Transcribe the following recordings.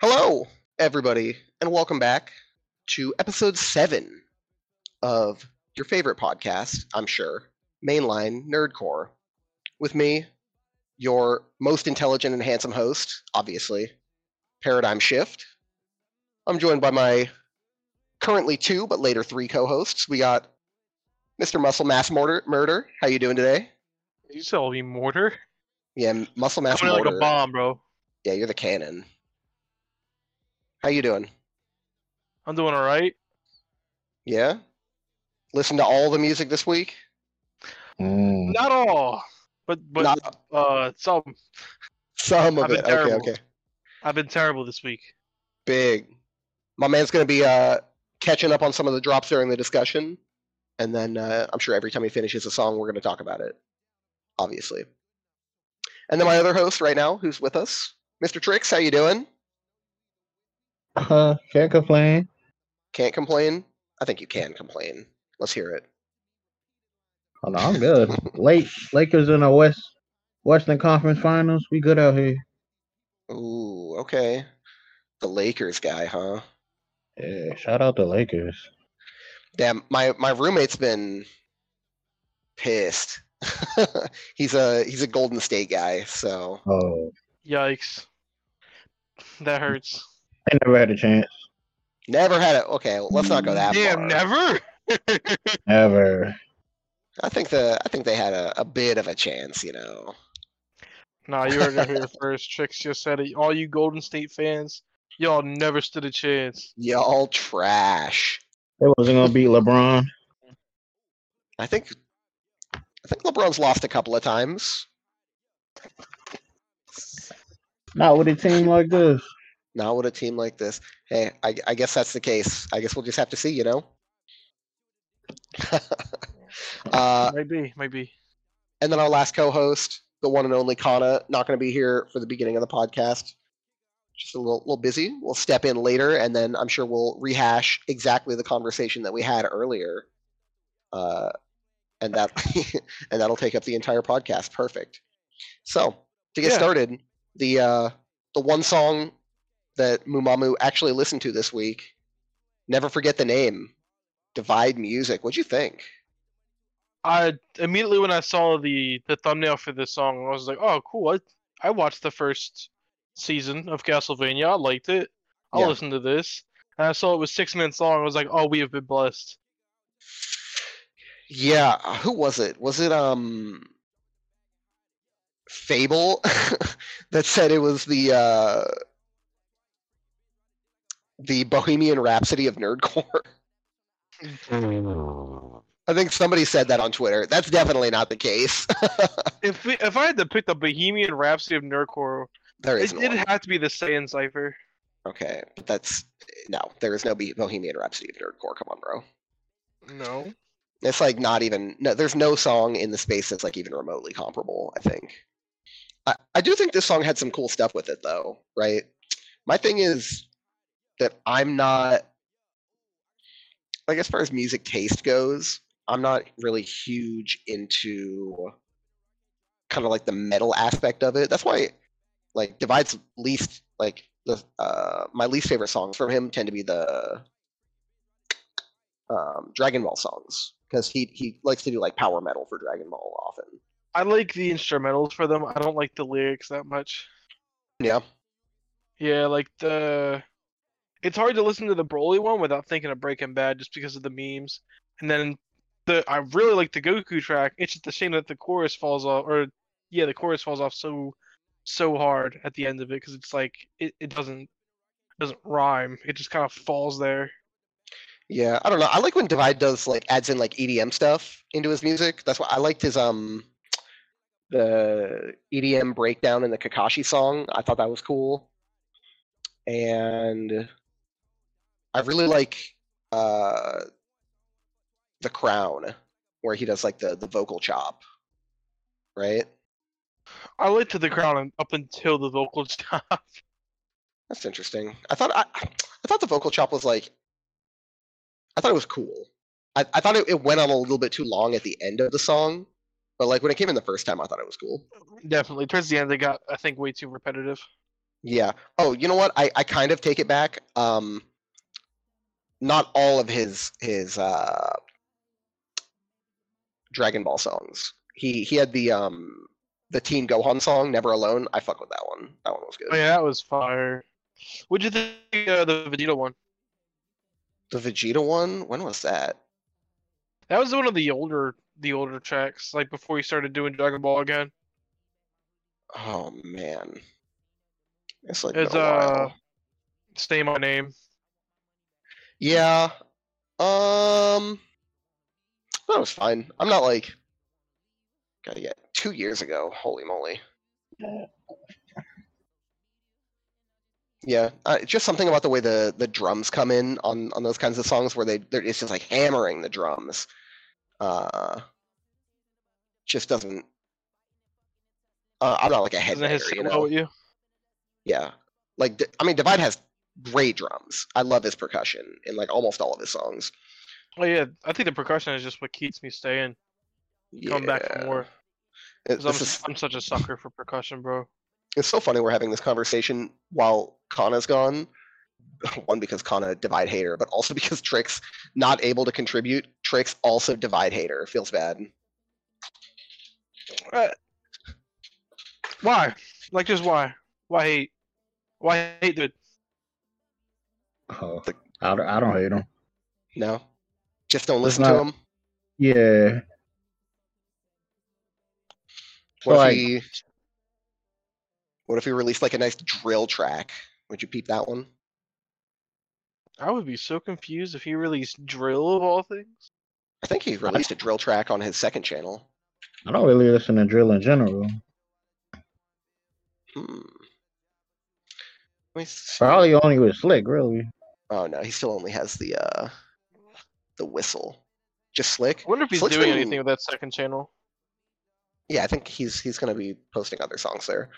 Hello, everybody, and welcome back to episode seven of your favorite podcast, I'm sure, Mainline Nerdcore. With me, your most intelligent and handsome host, obviously, Paradigm Shift. I'm joined by my currently two, but later three co-hosts. We got Mr. Muscle Mass Mortar Murder. How you doing today? You sell me mortar? Yeah, M- Muscle Mass Coming in like Mortar. a bomb, bro. yeah, you're the cannon. How you doing? I'm doing all right. Yeah. Listen to all the music this week. Mm. Not all, but but Not uh, some. some of I've it. been Okay, terrible. okay. I've been terrible this week. Big. My man's gonna be uh, catching up on some of the drops during the discussion, and then uh, I'm sure every time he finishes a song, we're gonna talk about it. Obviously. And then my other host right now, who's with us, Mr. Tricks. How you doing? Uh, can't complain. Can't complain. I think you can complain. Let's hear it. Oh, no, I'm good. Late Lakers in the West Western Conference Finals. We good out here. Ooh, okay. The Lakers guy, huh? Yeah, shout out the Lakers. Damn, my my roommate's been pissed. he's a he's a Golden State guy, so Oh, Yikes. That hurts. they never had a chance. never had it. Okay, let's not go that Damn, far. never. Never. I think the I think they had a, a bit of a chance, you know. nah, you heard it here first. Tricks just said it. All you Golden State fans, y'all never stood a chance. Y'all trash. They wasn't gonna beat LeBron. I think I think LeBron's lost a couple of times. Not with a team like this. Not with a team like this. Hey, I, I guess that's the case. I guess we'll just have to see, you know. uh, might be, might be. And then our last co-host, the one and only Kana, not going to be here for the beginning of the podcast. Just a little, little busy. We'll step in later, and then I'm sure we'll rehash exactly the conversation that we had earlier. Uh, and that and that'll take up the entire podcast. Perfect. So to get Yeah. started, the uh, the one song that Mumamu actually listened to this week, never forget the name, Divide Music. What'd you think? I immediately when I saw the the thumbnail for this song, I was like, "Oh, cool! I I watched the first season of Castlevania. I liked it. I'll Yeah. listen to this." And I saw it was six minutes long. I was like, "Oh, we have been blessed." Yeah, uh, who was it? Was it um Fable that said it was the uh the Bohemian Rhapsody of Nerdcore? Oh, I think somebody said that on Twitter. That's definitely not the case. If we, if I had to pick the Bohemian Rhapsody of Nerdcore, There it, isn't it'd one. have to be the Saiyan Cipher. Okay, but that's no, there is no Bo- Bohemian Rhapsody of Nerdcore. Come on, bro. No, It's like not even no. There's no song in the space that's like even remotely comparable. I think. I, I do think this song had some cool stuff with it though, right? My thing is that I'm not like as far as music taste goes, I'm not really huge into kind of like the metal aspect of it. That's why like Divide's least like the uh my least favorite songs from him tend to be the um Dragon Ball songs because he he likes to do like power metal for Dragon Ball often. I like the instrumentals for them. I don't like the lyrics that much. Yeah. Yeah, like the. It's hard to listen to the Broly one without thinking of Breaking Bad just because of the memes. And then the I really like the Goku track. It's just a shame that the chorus falls off, or yeah, the chorus falls off so so hard at the end of it because it's like it, it doesn't doesn't rhyme. It just kind of falls there. Yeah, I don't know. I like when Divide does like adds in like EDM stuff into his music. That's why I liked his um the EDM breakdown in the Kakashi song. I thought that was cool. And I really like uh The Crown where he does like the the vocal chop. Right? I liked the crown un- up until the vocal stop. That's interesting. I thought I, I thought the vocal chop was like I thought it was cool. I, I thought it, it went on a little bit too long at the end of the song, but like when it came in the first time, I thought it was cool. Definitely towards the end, it got I think way too repetitive. Yeah. Oh, you know what? I, I kind of take it back. Um, not all of his his uh, Dragon Ball songs. He he had the um the Team Gohan song, Never Alone. I fuck with that one. That one was good. Oh, yeah, that was fire. What'd you think of the Vegeta one? The Vegeta one. When was that? That was one of the older the older tracks, like before he started doing Dragon Ball again. Oh man. It's like It's been a while. uh, stay my name. Yeah. Um that was fine. I'm not like gotta get two years ago, holy moly. Yeah, uh, just something about the way the, the drums come in on, on those kinds of songs where they they're, it's just like hammering the drums. Uh, just doesn't. Uh, I'm not like a Doesn't his headbanger, you signal know. with you? Yeah. Like D- I mean Divide has great drums. I love his percussion in like almost all of his songs. Oh yeah, I think the percussion is just what keeps me staying. Come back for Yeah. more. It- 'cause I'm, this is, I'm such a sucker for percussion, bro. it's so funny we're having this conversation while Kana's gone. One because Kana divide hater, but also because Trix not able to contribute. Trix also divide hater. Feels bad. Why? Like just why? Why hate? Why hate the Oh, I, don't- I don't hate him. No, just don't That's listen to not- him. Yeah. What like- if he? What if he released like a nice drill track? Would you peep that one? I would be so confused if he released drill of all things. I think he released a drill track on his second channel. I don't really listen to drill in general. Hmm. Let me see. Probably only with Slick, really. Oh no, he still only has the uh the whistle. Just slick. I wonder if he's Slick's doing been- anything with that second channel. Yeah, I think he's he's gonna be posting other songs there.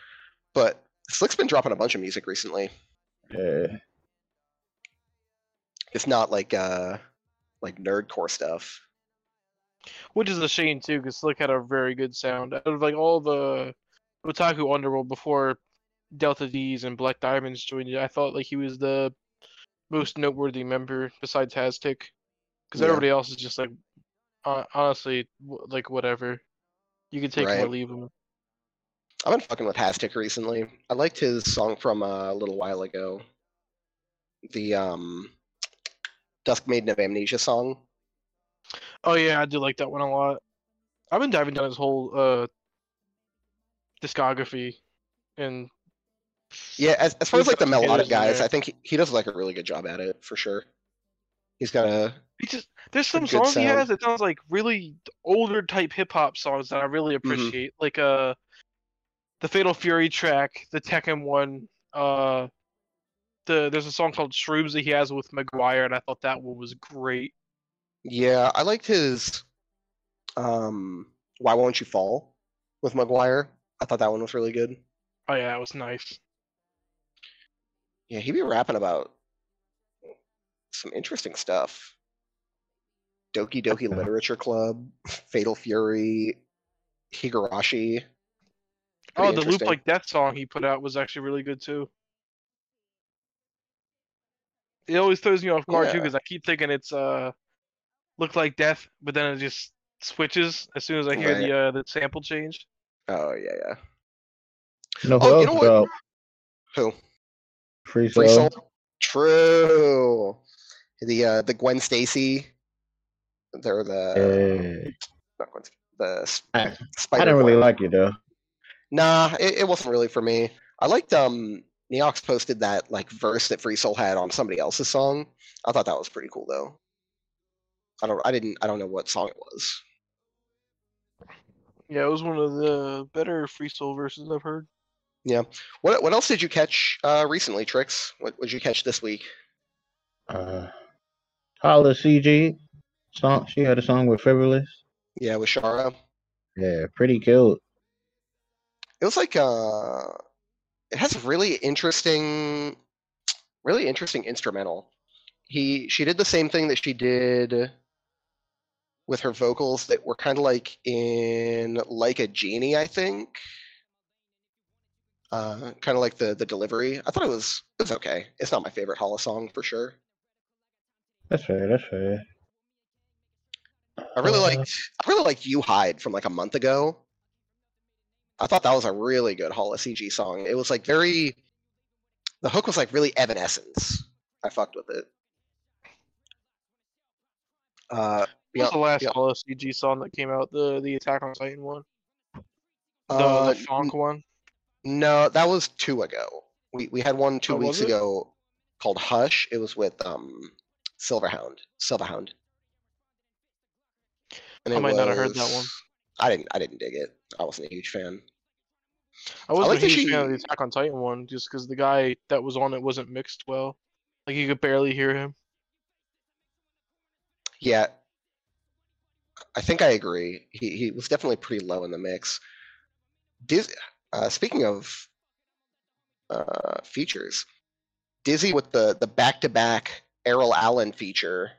But Slick's been dropping a bunch of music recently. Yeah. It's not like uh like nerdcore stuff. Which is a shame too, because Slick had a very good sound. Out of like all the Otaku Underworld before Delta D's and Black Diamonds joined it, I thought like he was the most noteworthy member besides Haztic, because Yeah. everybody else is just like hon- honestly w- like whatever. You can take him Right. or leave him. I've been fucking with Hastic recently. I liked his song from uh, a little while ago. The um Dusk Maiden of Amnesia song. Oh yeah, I do like that one a lot. I've been diving down his whole uh discography and Yeah, as, as far He's as like the got some good melodic in there. guys, I think he, he does like a really good job at it for sure. He's got a He just there's some good songs he sound. has that sounds like really older type hip hop songs that I really Mm-hmm. appreciate, like uh, the Fatal Fury track, the Tekken one. Uh, the there's a song called Shrooms that he has with McGuire, and I thought that one was great. Yeah, I liked his um Why Won't You Fall with Maguire. I thought that one was really good. Oh yeah, that was nice. Yeah, he be rapping about some interesting stuff. Doki Doki Yeah. Literature Club, Fatal Fury, Higurashi. Oh, Pretty the Loop interesting. Like That song he put out was actually really good too. It always throws me off guard too Yeah. because I keep thinking it's uh, look like death, but then it just switches as soon as I hear Right. the uh, the sample change. Oh yeah, yeah. You know who Oh, else you know what? dropped? Who? Free Soul. Free Soul? True. The uh the Gwen Stacy. They're the Yeah. not Gwen, St- the s- Eh. I- I Spider I didn't really Gwen. like it though. Nah, it, it wasn't really for me. I liked um Neox posted that like verse that Free Soul had on somebody else's song. I thought that was pretty cool though. I don't I didn't I don't know what song it was. Yeah, it was one of the better free soul verses I've heard. What what else did you catch uh recently, Trix? What what did you catch this week? Uh, Tyler CG song. She had a song with Frivolous. Yeah, with Shara. Yeah, pretty cute. It was like uh it has really interesting really interesting instrumental. He she did the same thing that she did with her vocals that were kind of like in like a genie, I think. Uh, kind of like the the delivery. I thought it was it was okay. It's not my favorite Hollis song for sure. That's fair. That's fair. I really Uh, liked Uh-huh. I really liked You Hide from like a month ago. I thought that was a really good Hall CG song. It was like very the hook was like really evanescence. I fucked with it. Uh What yeah, was the last yeah. LSCG song that came out? The the Attack on Titan one, the, uh, the funk one. no, that was two ago. We we had one two Oh, weeks was it? ago called Hush. It was with um Silverhound. Silverhound. And I it might not have heard that was- one. I didn't I didn't dig it. I wasn't a huge fan. I wasn't like a that huge fan of she- the Attack on Titan one just because the guy that was on it wasn't mixed well. Like you could barely hear him. Yeah. I think I agree. He he was definitely pretty low in the mix. Diz, uh, speaking of uh, features, Dizzy with the the back to back Errol Allen feature.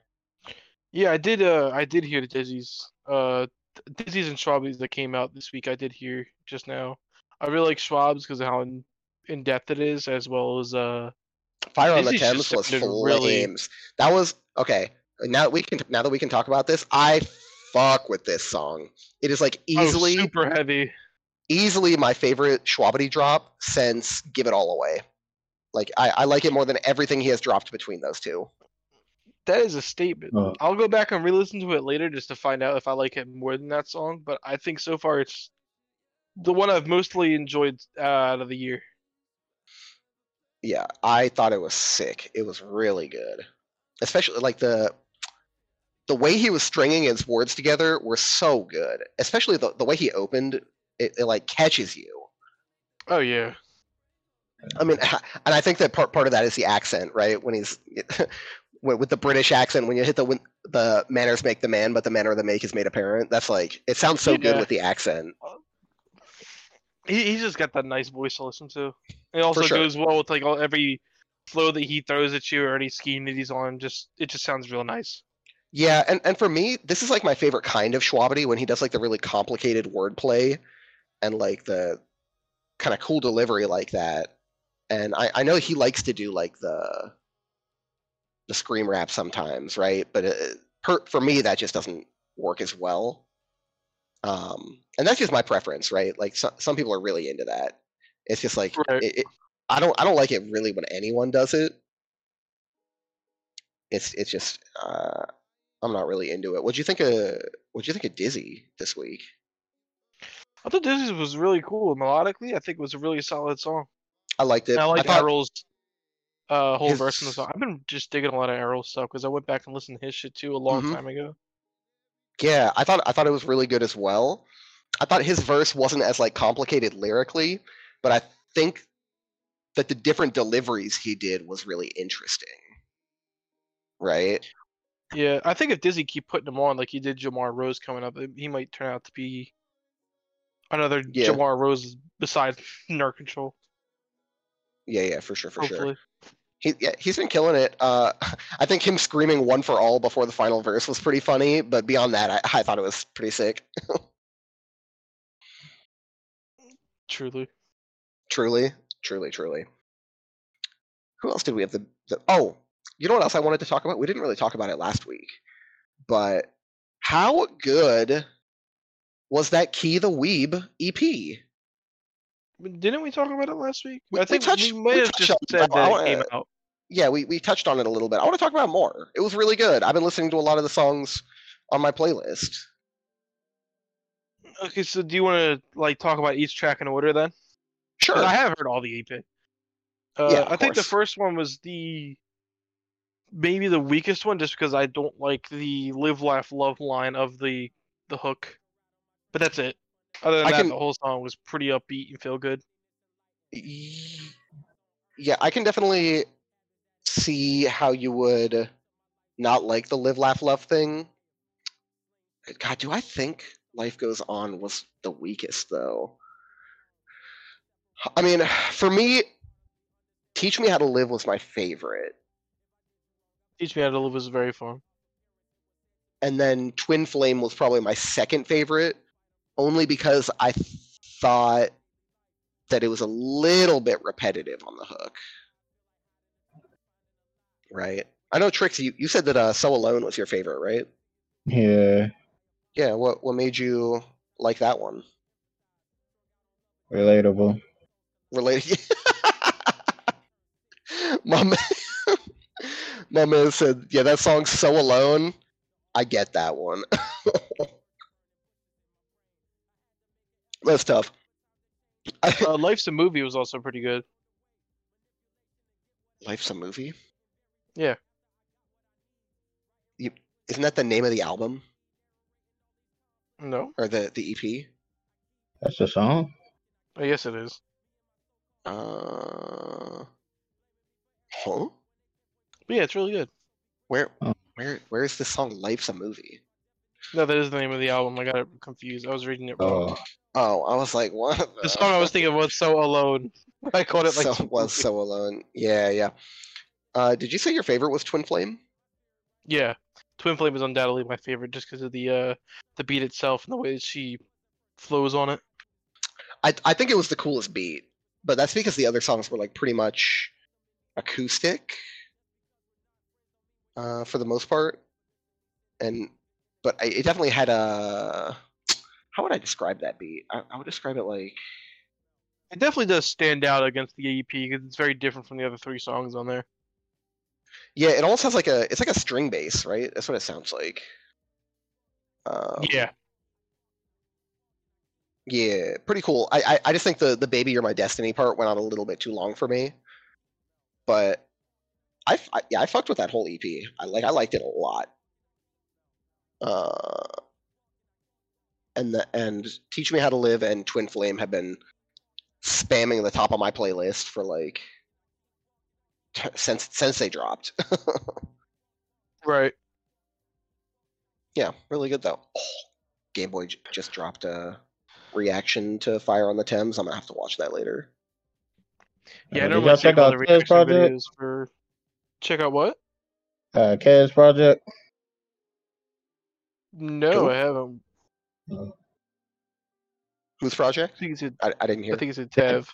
Yeah, I did. Uh, I did hear the Dizzy's, uh, th- Dizzy's and Schwab's that came out this week. I did hear just now. I really like Schwab's because of how in, in depth it is, as well as uh, Fire on the Dizzy's Thames just was sounded flames. really- That was okay. Now that we can now that we can talk about this, I fuck with this song. It is like oh, easily super heavy. easily my favorite Schwabity drop since Give It All Away. Like I, I like it more than everything he has dropped between those two. That is a statement. Uh. I'll go back and re-listen to it later just to find out if I like it more than that song. But I think so far it's the one I've mostly enjoyed uh, out of the year. Yeah, I thought it was sick. It was really good. Especially like the the way he was stringing his words together were so good. Especially the, the way he opened it, it like catches you. Oh yeah, I mean, and I think that part part of that is the accent, right? When he's with with the British accent, when you hit the win- the manners make the man, but the manner of the make is made apparent. That's like it sounds so good Yeah. with the accent. he, he's just got that nice voice to listen to. It also sure. goes well with like all every flow that he throws at you or any scheme that he's on. Just it just sounds real nice. Yeah, and, and for me, this is like my favorite kind of Schwabity when he does like the really complicated wordplay and like the kind of cool delivery like that. And I, I know he likes to do like the the scream rap sometimes, right? But uh per, for me, that just doesn't work as well. Um, and that's just my preference, right? Like so, some people are really into that. It's just like Right. it, it, I don't I don't like it really when anyone does it. It's it's just uh, I'm not really into it. What'd you think of What'd you think of Dizzy this week? I thought this was really cool melodically. I think it was a really solid song. I liked it. And I like thought- Errol's uh, whole verse in the his- song. I've been just digging a lot of Errol stuff because I went back and listened to his shit too a long Mhm. time ago. Yeah, I thought I thought it was really good as well. I thought his verse wasn't as like complicated lyrically, but I think that the different deliveries he did was really interesting. Right? Yeah, I think if Dizzy keep putting him on like he did Jamar Rose coming up, he might turn out to be another Yeah. Jamar Rose besides Nerve Control. Yeah, yeah, for sure, for sure. hopefully, He yeah, he's been killing it. Uh, I think him screaming "one for all" before the final verse was pretty funny, but beyond that, I, I thought it was pretty sick. truly. Truly, truly, truly. Who else did we have? The, the oh, you know what else I wanted to talk about? We didn't really talk about it last week, but how good was that Key the Weeb E EP? Didn't we talk about it last week? We- I we think touched- we might we have touched just on it, said but I that it wanna- came out. Yeah, we we touched on it a little bit. I want to talk about it more. It was really good. I've been listening to a lot of the songs on my playlist. Okay, so do you want to like talk about each track in order then? 'Cause Sure. I have heard all the eight bit. Uh, Yeah, I of think the course. first one was the maybe the weakest one, just because I don't like the live, laugh, love line of the the hook. But that's it. Other than I that, can- the whole song was pretty upbeat and feel good. Y- Yeah, I can definitely see how you would not like the live, laugh, love thing. God, do I think Life Goes On was the weakest, though? I mean, for me, Teach Me How to Live was my favorite. Teach me how to live was very fun. And then Twin Flame was probably my second favorite, only because I thought that it was a little bit repetitive on the hook. Right. I know Trix, you, you said that uh, So Alone was your favorite, right? Yeah. Yeah, what what made you like that one? Relatable. Related My man, my man said, Yeah, that song's so alone. I get that one. That's tough. Uh, Life's a Movie was also pretty good. Life's a movie? Yeah. You, isn't that the name of the album No, or the, E the EP? That's the song. oh, yes it is. Uh, huh? But yeah, it's really good. Where Oh. where where is the song Life's a movie? No, that is the name of the album. I got it confused. I was reading it wrong. Oh, Oh, I was like, what? the song I was thinking of was "So Alone." I called it like so, was so alone. Yeah, yeah. Uh, did you say your favorite was Twin Flame? Yeah, Twin Flame is undoubtedly my favorite just because of the uh the beat itself and the way that she flows on it. I I think it was the coolest beat, but that's because the other songs were like pretty much acoustic uh, for the most part, and but I, it definitely had a. How would I describe that beat? I, I would describe it like It definitely does stand out against the EP because it's very different from the other three songs on there. yeah, it almost has like a it's like a string bass, right? That's what it sounds like. Um, yeah, Yeah, pretty cool. I, I I just think the the baby you're my destiny part went on a little bit too long for me, but I, f- I- yeah I fucked with that whole EP. I like I liked it a lot. Uh, and the and teach me how to live and twin flame have been spamming the top of my playlist for like t- since since they dropped. right. yeah, really good though. Game Boy j- just dropped a reaction to Fire on the Thames. I'm gonna have to watch that later. Yeah, Uh, I did normally y'all check check all out the Tez reaction Project? videos for. Check out what? uh, Kez Project. No, Who? I haven't. Whose project? I think it's a, I, I didn't hear. I think it's a Tev.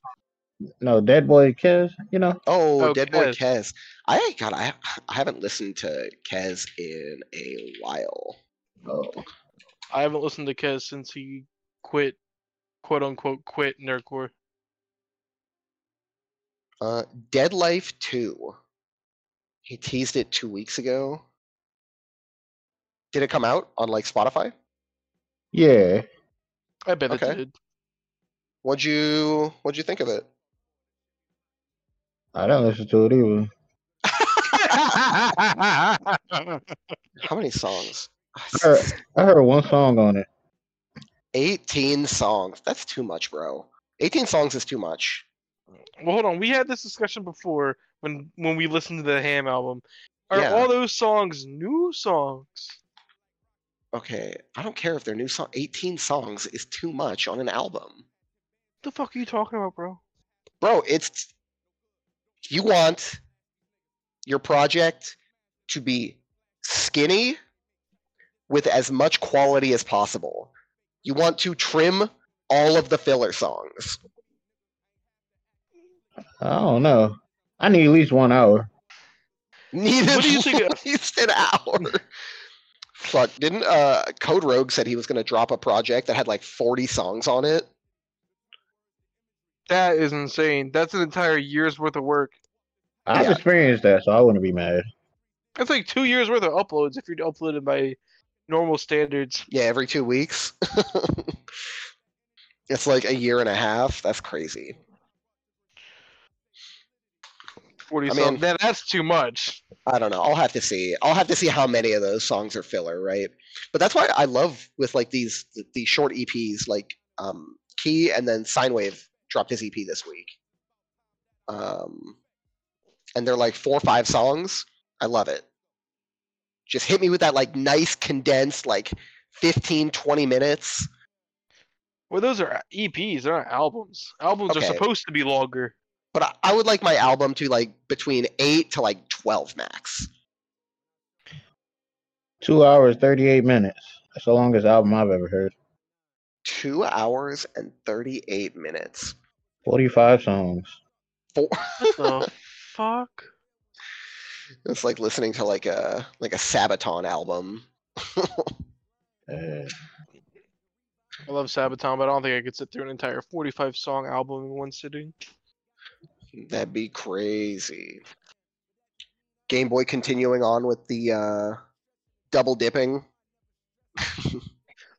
No, Dead Boy Kez. You know. oh, Oh, Dead Boy Kez. I God, I I haven't listened to Kez in a while. Oh. I haven't listened to Kez since he quit, quote unquote, quit nerdcore. Uh, Dead Life Two. He teased it two weeks ago. Did it come out on like Spotify? Yeah. I bet Okay. it did. What'd you What'd you think of it? I don't listen to it either. How many songs? Sure. I heard one song on it. 18 songs. That's too much, bro. 18 songs is too much. well, hold on. We had this discussion before when when we listened to the Ham album. Are Yeah. all those songs new songs? Okay, I don't care if they're new song. 18 songs is too much on an album. the fuck are you talking about, bro? bro it's you want your project to be skinny with as much quality as possible you want to trim all of the filler songs I don't know. I need at least one hour. need What at do you think of- least an hour fuck didn't uh code rogue said he was going to drop a project that had like 40 songs on it That is insane. That's an entire year's worth of work. I've Yeah. experienced that, so I wouldn't be mad. That's like two years worth of uploads if you're uploaded by normal standards. yeah every two weeks it's like a year and a half that's crazy Forty I songs. mean- Now, that's too much. I don't know. I'll have to see. I'll have to see how many of those songs are filler, right? But that's why I love with like these these short EPs, like um, Key and then Sine Wave dropped his EP this week, um, and they're like four or five songs. I love it. Just hit me with that like nice condensed like 15, 20 minutes. Well, those are EPs. They're not albums. Albums Okay. are supposed to be longer. But I, I would like my album to like between eight to like twelve max. Two hours, 38 minutes. That's the longest album I've ever heard. Two hours and thirty eight minutes. Forty-five songs. Four. What the fuck? it's like listening to like a like a Sabaton album. Uh, I love Sabaton, but I don't think I could sit through an entire 45 song album in one sitting. That'd be crazy. Game Boy continuing on with the uh, double dipping.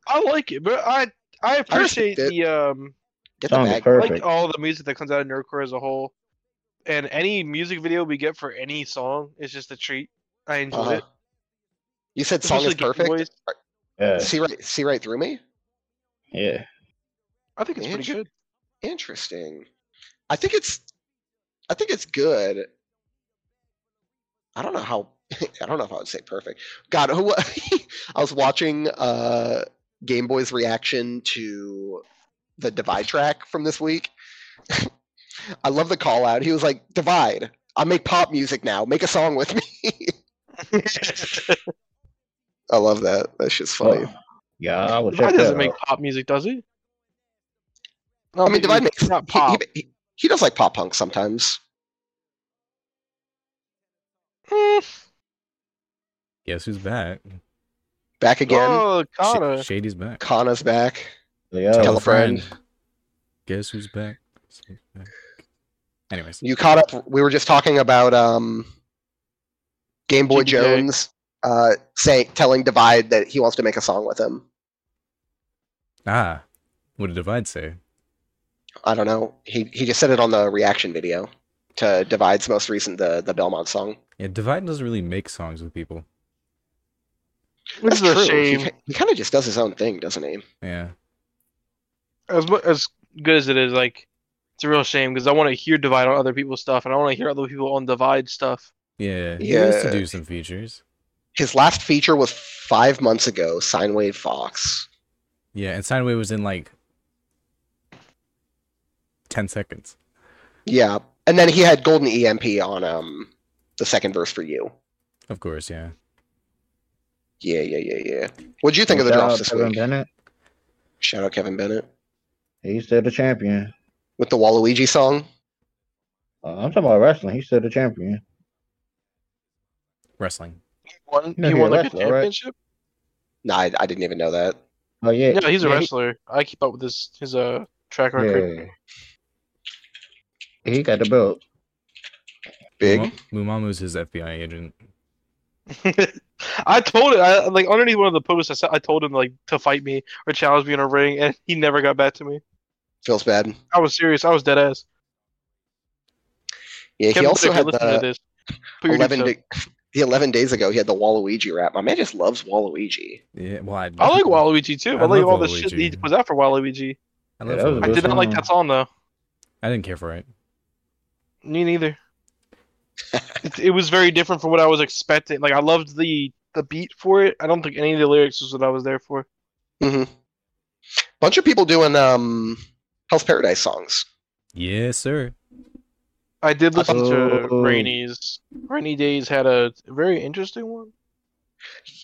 I like it, but I I appreciate it. the um Get Song is mag- I perfect. like all the music that comes out of Nerdcore as a whole, and any music video we get for any song is just a treat. I enjoy Uh-huh. it. You said song is Especially Game perfect. Boys. yeah, See right, see right through me. yeah. I think it's pretty Inter- good. Interesting. I think it's, I think it's good. I don't know how. I don't know if I would say perfect. God, who? I was watching uh, Game Boy's reaction to the Divide track from this week. I love the call out. He was like, "Divide. I make pop music now. Make a song with me." I love that. That shit's funny. Oh, yeah, I will check Divide that doesn't make out. pop music, does he? I mean, Divide makes it's not he- he- pop. He, he does like pop punk sometimes. Mm, Guess who's back? Back again. Oh, Sh- Kana. Shady's back. Kana's back. Yeah, Tell a friend. Guess who's back? Shady's back. Anyways, You caught up. We were just talking about um, Game Boy GBK. Jones uh, saying, telling Divide that he wants to make a song with him. ah, what did Divide say? I don't know. He he just said it on the reaction video to Divide's most recent the the Belmont song. Yeah, Divide doesn't really make songs with people. This is a He, shame. ki- he kind of just does his own thing, doesn't he? Yeah, as mu- as good as it is, like it's a real shame because I want to hear Divide on other people's stuff, and I want to hear other people on Divide stuff. yeah. He used to Yeah. do some features. His last feature was five months ago. Sine Wave Fox. Yeah, and Sideway was in like ten seconds. Yeah, and then he had Golden EMP on um the second verse for you. Of course, yeah. Yeah, yeah, yeah, yeah. What'd you think of the drops this Kevin week? Bennett. Shout out Kevin Bennett He's still the champion. with the Waluigi song. Uh, I'm talking about wrestling. He's still the champion. Wrestling. He won, No, he he's won a like a wrestler, right? championship. No, I, I didn't even know that. Oh yeah, Yeah, he's a yeah, he- wrestler. I keep up with his his uh track record. Yeah. He got the belt. Big. Muma- Mumamu's his FBI agent. I told it I like underneath one of the posts. I said I told him like to fight me or challenge me in a ring, and he never got back to me. Feels bad. I was serious. I was dead ass. Yeah, he Kevin also Whitaker, had listen to the this. Put your eleven. dukes up. Di- the eleven days ago, he had the Waluigi rap. My man just loves Waluigi. Yeah, well, I, I like Waluigi too. I, I like love all the shit Waluigi. he was out for Waluigi. I, Yeah, that was a love I Waluigi. good- did not like song. that song though. I didn't care for it. Me neither. it, it was very different from what I was expecting. Like I loved the the beat for it. I don't think any of the lyrics was what I was there for. hmm Bunch of people doing um Hell's Paradise songs. Yes, sir. I did listen to Oh. Rainy's. Rainy Days had a very interesting one.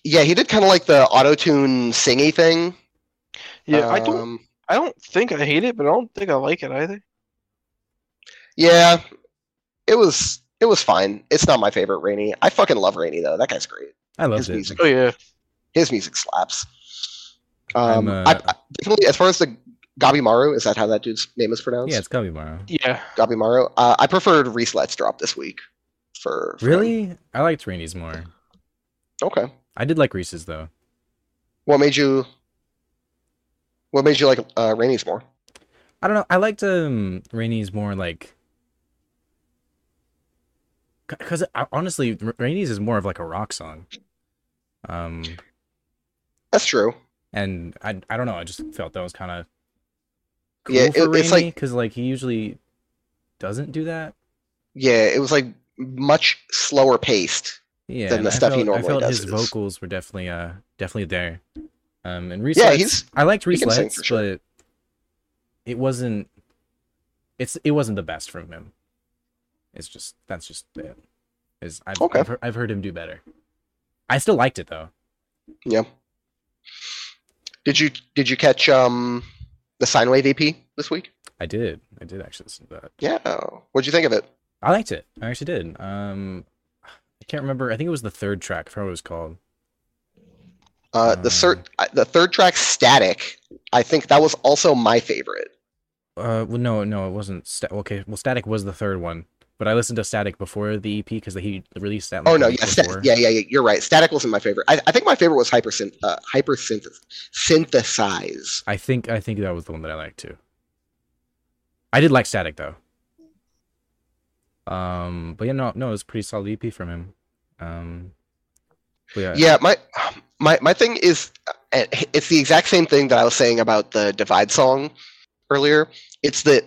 Yeah, he did kind of like the auto tune singy thing. Yeah, I don't. Um, I don't think I hate it, but I don't think I like it either. Yeah, it was it was fine. It's not my favorite Rainy. I fucking love Rainy though. That guy's great. I loved His it. music, Oh yeah, his music slaps. Um, I'm, uh, I, I, definitely- as far as the Gabimaru, is that how that dude's name is pronounced? Yeah, it's Kabimaro. yeah. Gabimaru. Uh, I preferred Reese Let's Drop this week. For, for him. Really? I liked Rainey's more. okay. I did like Reese's though. What made you? What made you like uh, Rainey's more? I don't know. I liked um Rainey's more like because honestly, R- Rainey's is more of like a rock song. Um, That's true. and I I don't know. I just felt that was kind of cool Yeah, it- for it's Rainey like- because like he usually doesn't do that. Yeah, it was like much slower paced. Yeah, than and the I stuff he felt- normally I felt does his is- vocals were definitely uh definitely there. Um and Reese Yeah, Letts- he's- I liked he Reese can sing Letts, for sure. but it wasn't it's it wasn't the best from him. It's just that's just it. Is I've Okay. I've, heard, I've heard him do better. I still liked it though. Yeah. Did you did you catch um the sine wave EP this week? I did. I did actually listen to that. Yeah. What'd you think of it? I liked it. I actually did. Um, I can't remember. I think it was the third track. I forgot what it was called. Uh, the Um, cert, I- the third track, Static. I think that was also my favorite. Uh, well, no, no, it wasn't. Sta- okay, well, Static was the third one, but I listened to Static before the EP because he released that. like, Oh the no, week yeah, sta- before. yeah, yeah, yeah. You're right. Static wasn't my favorite. I, I think my favorite was hyper uh, hyper synthesize. I think I think that was the one that I liked too. I did like Static though. Um, but yeah, no, no, it was a pretty solid EP from him. Um, but yeah, Yeah, my my my thing is, uh, it's the exact same thing that I was saying about the Divide song earlier. It's that,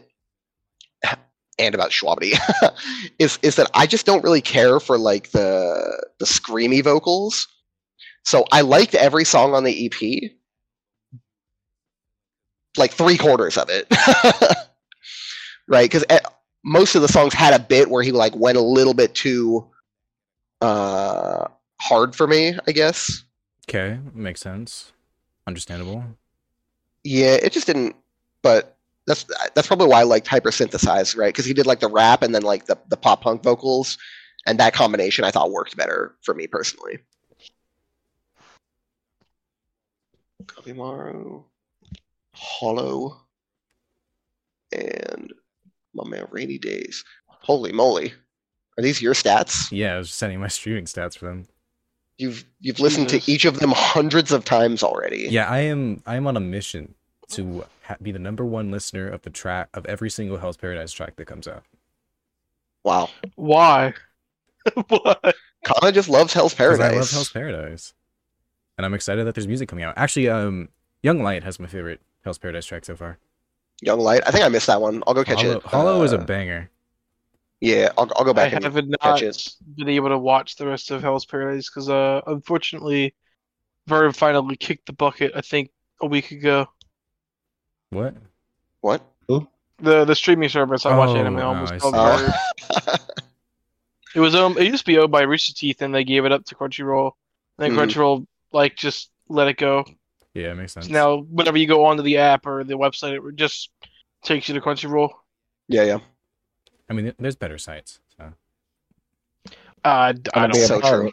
and about Schwabity, is is that I just don't really care for like the the screamy vocals. So I liked every song on the E EP, like three quarters of it, right? Because most of the songs had a bit where he like went a little bit too. Uh, hard for me, I guess. okay, makes sense, understandable. Yeah, it just didn't. But that's that's probably why I liked hypersynthesize, right? Because he did like the rap and then like the the pop punk vocals, and that combination I thought worked better for me personally. Kalimaro, Hollow, and my man Rainy Days. Holy moly, are these your stats? Yeah, I was just sending my streaming stats for them. You've you've listened Jesus. to each of them hundreds of times already. Yeah, I am. I am on a mission to ha- be the number one listener of the track of every single Hell's Paradise track that comes out. Wow. Why? Why? Kana just loves Hell's 'Cause Paradise. I love Hell's Paradise, and I'm excited that there's music coming out. Actually, um, Young Light has my favorite Hell's Paradise track so far. Young Light. I think I missed that one. I'll go catch Hollow, it. Hollow is a Uh, banger. yeah. I'll, I'll go I back. and, haven't catch not it. been able to watch the rest of Hell's Paradise because, uh, unfortunately, Verve finally kicked the bucket. I think a week ago. What? what? The the streaming service I watch Oh, anime oh, almost I called see. Verve. Oh. It was um it used to be owned by Rooster Teeth and they gave it up to Crunchyroll. And then Mhm. Crunchyroll like just let it go. Yeah, it makes sense. So now whenever you go onto the app or the website, it just takes you to Crunchyroll. yeah, yeah. I mean, there- there's better sites. So. Uh, d- I That'd be don't. so know. true.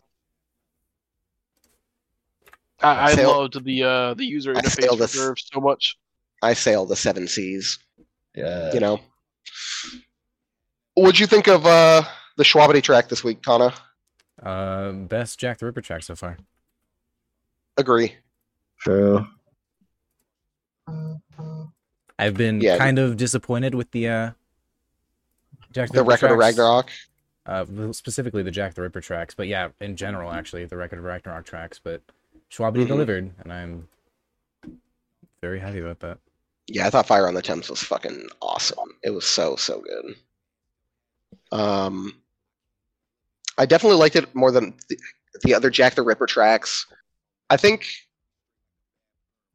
I, I Sail- loved the uh the user I sail interface this- for Verve so much. I sail the seven seas. Yeah. You know. What'd you think of uh, the Schwabity track this week, Kana? Uh, best Jack the Ripper track so far. Agree. True. I've been Yeah. kind of disappointed with the uh, Jack The Ripper record of tracks. Ragnarok. uh, well, specifically the Jack the Ripper tracks, but yeah, in general, actually, the Record of Ragnarok tracks. But Schwabity Mhm. delivered, and I'm very happy about that. Yeah, I thought Fire on the Thames was fucking awesome. It was so so good. Um, I definitely liked it more than the, the other Jack the Ripper tracks. I think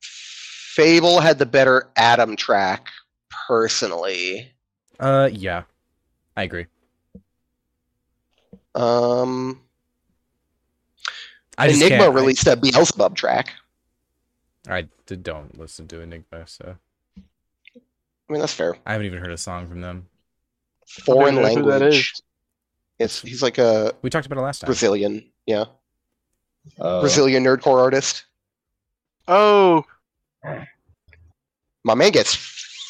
Fable had the better Adam track personally. Uh, yeah, I agree. Um, I just Enigma can't- I- released a Beelzebub track. I, d- don't listen to Enigma, so I mean, that's fair. I haven't even heard a song from them. Foreign know who that language. is. It's he's like a We talked about it last time. Brazilian, yeah, Uh, Brazilian nerdcore artist. Oh, My man gets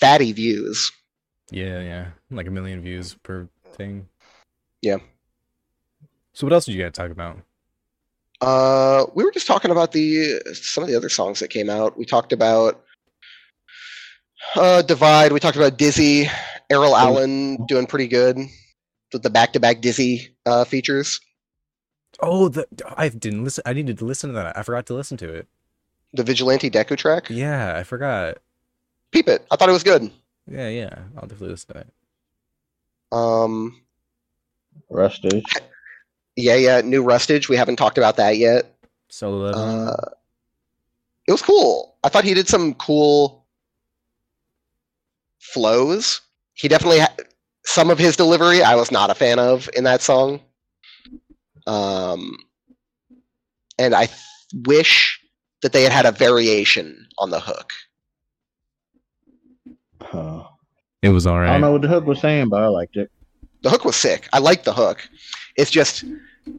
fatty views. Yeah, yeah, like a million views per thing. Yeah. So what else did you guys talk about? Uh, we were just talking about the some of the other songs that came out. We talked about uh, Divide. We talked about Dizzy. Errol Allen doing pretty good with the back-to-back Dizzy uh, features. Oh, the I didn't listen. I needed to listen to that. I forgot to listen to it. The Vigilante Deku track. Yeah, I forgot. Peep it. I thought it was good. Yeah, yeah. I'll definitely listen to it. Um, Rustage. yeah, yeah. New Rustage. We haven't talked about that yet. Solo level. Uh, it was cool. I thought he did some cool flows. He definitely ha- some of his delivery I was not a fan of in that song. Um, and I th- wish that they had had a variation on the hook. Uh, It was I don't know alright. what the hook was saying, but I liked it. The hook was sick. I liked the hook. It's just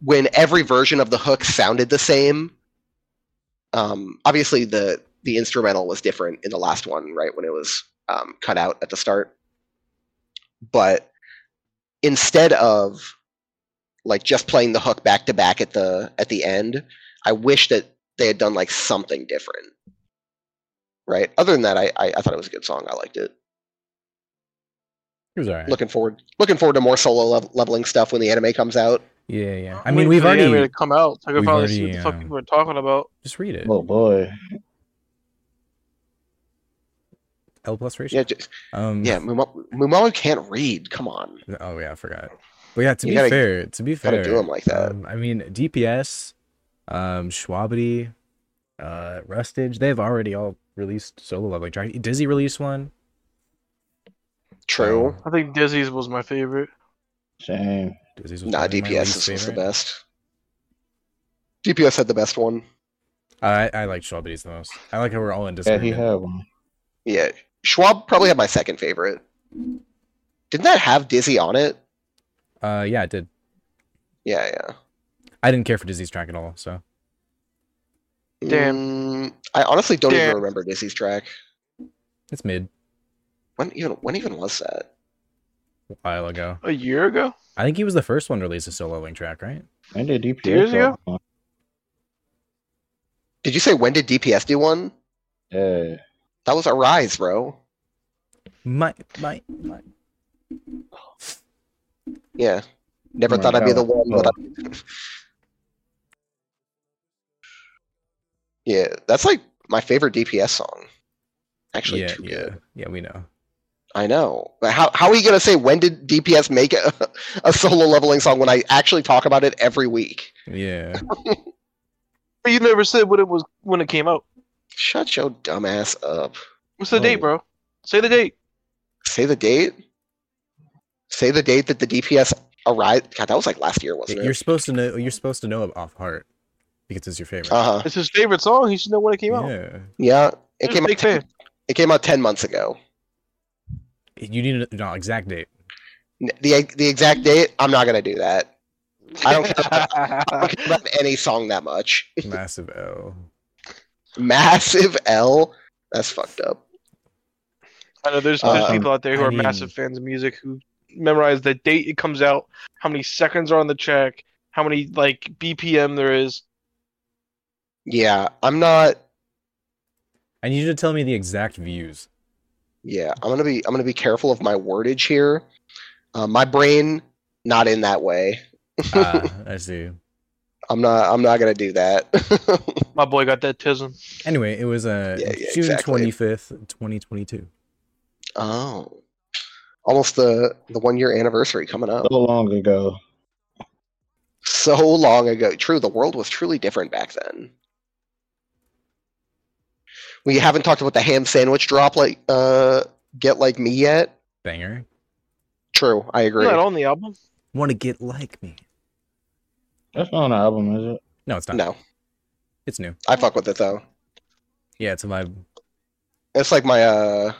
when every version of the hook sounded the same. Um, obviously, the the instrumental was different in the last one, right? When it was um, cut out at the start, but instead of like just playing the hook back to back at the at the end, I wish that they had done like something different. Right. Other than that, I I, I thought it was a good song. I liked it It was alright. looking forward looking forward to more solo lev- leveling stuff when the anime comes out Yeah, yeah. I I'm mean, waiting we've for the anime already to come out. so I can we've finally see what already, the fuck uh, people are talking about. just read it. Oh boy. L plus ratio. yeah just, Um, yeah Muma- Mumaru can't read come on Oh yeah, I forgot. But yeah, to You be gotta- fair, to be gotta fair, do 'em like that. Um, I mean, DPS, um, Schwabity, uh, Rustage, they've already all released solo leveling track. Dizzy released one. true Um, I think Dizzy's was my favorite. Same. Dizzy's was nah probably my dps least is, was the favorite. best dps had the best one I I like Schwabity's the most. I like how we're all in Yeah, disagreement. he had one. yeah schwab probably had my second favorite didn't that have dizzy on it Uh, yeah, I did. yeah yeah I didn't care for Dizzy's track at all. So Damn. Mm, i honestly don't Damn. even remember dizzy's track it's mid when even when even was that a while ago. A year ago? I think he was the first one to release a solo leveling track, right? And the DPS. Years ago? one. did you say when did dps do one Yeah. that was arise bro My my my. yeah never Oh my thought i'd be uh, God. the one but oh. Yeah, that's like my favorite DPS song. Actually, yeah, too yeah, good. yeah. We know. I know. But how how are you gonna say when did DPS make a, a solo leveling song when I actually talk about it every week? Yeah. But you never said what it was when it came out. Shut your dumb ass up. What's the date, Oh. bro? Say the date. Say the date. Say the date that the DPS arrived. God, that was like last year, wasn't You're it? supposed to know. You're supposed to know off heart because it's your favorite. Uh huh. It's his favorite song. He should know when it came out. Yeah. Yeah, it He's a came out. big Ten, fan. it came out ten months ago. You need to know exact date. N- the The exact date. I'm not gonna do that. I don't care about- I don't care about any song that much. Massive L. Massive L. That's fucked up. I know there's, there's Um, people out there who I are mean- massive fans of music who memorize the date it comes out, how many seconds are on the track, how many like BPM there is. Yeah, I'm not. I need you to tell me the exact views. Yeah, I'm gonna be. I'm gonna be careful of my wordage here. Uh, my brain not in that way. Ah, I see. I'm not. I'm not gonna do that. My boy got that tism. Anyway, it was uh, Yeah, yeah, June exactly. twenty fifth, twenty twenty two. oh, almost the the one year anniversary coming up. So long ago. So long ago. True, the world was truly different back then. We haven't talked about the ham sandwich drop like uh get like me yet. Banger. True, I agree. Not on the album. Want to get like me? That's not on the album, is it? No, it's not. No, It's new. I fuck with it though. Yeah, it's a vibe. It's like my uh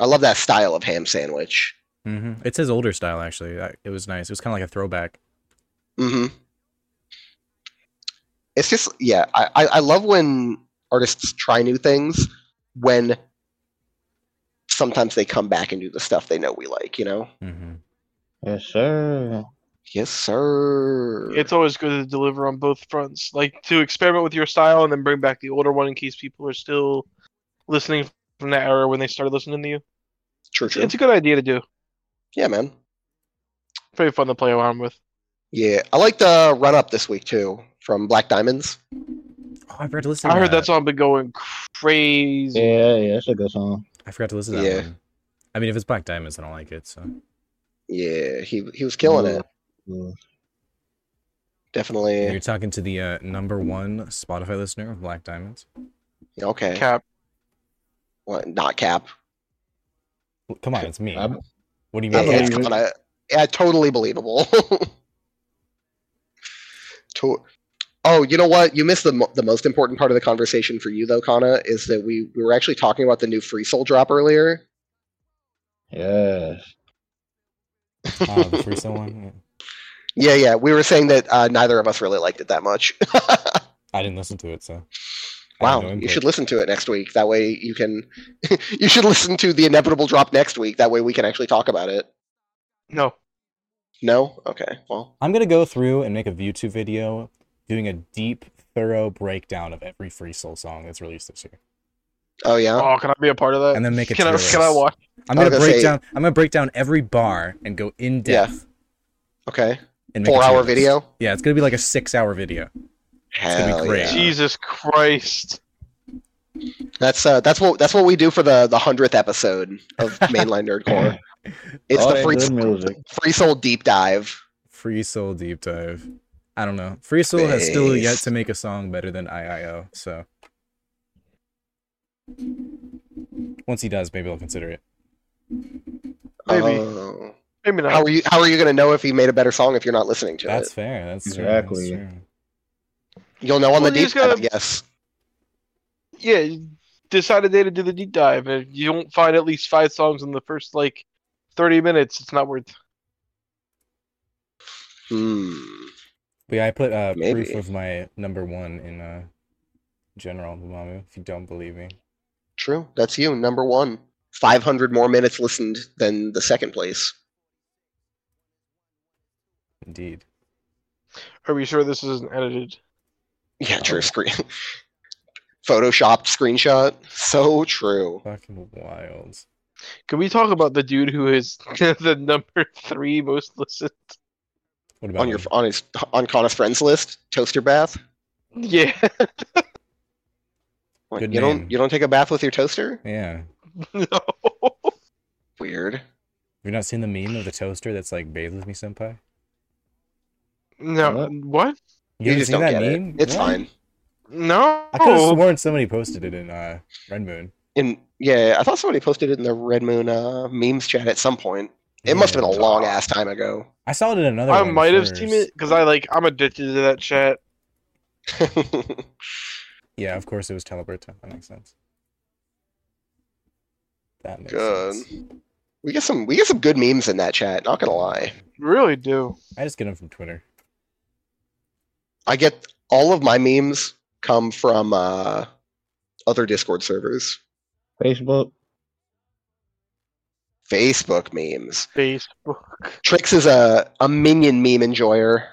I love that style of ham sandwich. hmm It's his older style actually. I, it was nice. It was kind of like a throwback. Mhm. It's just yeah, I, I I love when artists try new things when sometimes they come back and do the stuff they know we like, you know? hmm Yes, sir. Yes, sir. It's always good to deliver on both fronts, like to experiment with your style and then bring back the older one in case people are still listening from that era when they started listening to you. true, true. It's a good idea to do. yeah, man. Very fun to play around with. Yeah. I like the run up this week too from Black Diamonds. Oh, I forgot to listen. To I heard that. that song been going crazy. Yeah, yeah, that's a good song. I forgot to listen to that Yeah. one. I mean, if it's Black Diamonds, I don't like it. So Yeah, he he was killing Yeah. Mm-hmm. it. Yeah. Definitely. you're talking to the uh, number one Spotify listener of Black Diamonds. Okay. Cap. What, not cap. Well, Come on, it's me. I- What do you Yeah, mean? believe it's it. kind of yeah, totally believable. to- oh, you know what? You missed the mo- the most important part of the conversation for you though, Kana, is that we we were actually talking about the new Free Soul drop earlier. Yes. Oh, the first one. Yeah. Yeah, yeah. We were saying that uh, neither of us really liked it that much. I didn't listen to it, so. I have wow, no you input. should listen to it next week. That way you can. you should listen to the inevitable drop next week. That way we can actually talk about it. No. No. Okay. Well. I'm gonna go through and make a YouTube video doing a deep, thorough breakdown of every Free Soul song that's released this year, Oh yeah. Oh, can I be a part of Uh, that? and then make a can tier I, list. can I watch? I'm I was gonna gonna break say- down. I'm gonna break down every bar and go in Yeah. depth. Okay. And make a Four tier hour list. video. Yeah, it's gonna be like a six-hour video. gonna be Hell great. yeah. Jesus Christ. That's uh, that's what that's what we do for the the hundredth episode of Mainline Nerdcore. It's All the that free good music. free soul deep dive. Free Soul deep dive. I don't know. Free Soul has still yet to Based. make a song better than IIO, so once he does, maybe I'll consider it. Maybe. Oh. Maybe not. How are you How are you gonna know if he made a better song if you're not listening to That's it? fair. That's true, Exactly. That's true. You'll know on Well, the you deep just dive. gotta- I guess. yeah, you decide a day to do the deep dive, and if you don't find at least five songs in the first like thirty minutes, it's not worth. Hmm. But yeah, I put uh, proof Maybe. of my number one in uh, General Mamamoo. If you don't believe me, True. That's you, number one. 500 more minutes listened than the second place. indeed. Are we sure this isn't edited? Yeah, true. Screen. Photoshopped screenshot. So true. Fucking wild. Can we talk about the dude who is the number three most listened? What about On your me? on his on Connor's friends list, toaster bath. Yeah, Like, Good you name. don't you don't take a bath with your toaster? Yeah. Have no. Weird. you not seen the meme of the toaster that's like bathe with me, senpai? No. What? What? You, haven't just seen don't that get meme? it. It's Oh. What? fine. No. I could have sworn somebody posted it in uh, Red Moon. And yeah, I thought somebody posted it in the Red Moon uh, memes chat at some point. It must have been a Yeah. long ass time ago. I saw it in another. I one might have first. seen it because I like I'm addicted to that chat. Yeah, of course it was Teleberta. That makes sense. That makes Good. sense. we get some we get some good memes in that chat. Not gonna lie. Really do. I just get them from Twitter. I get all of my memes come from uh, other Discord servers. Facebook. Facebook memes. Facebook. Trix is a, a minion meme enjoyer.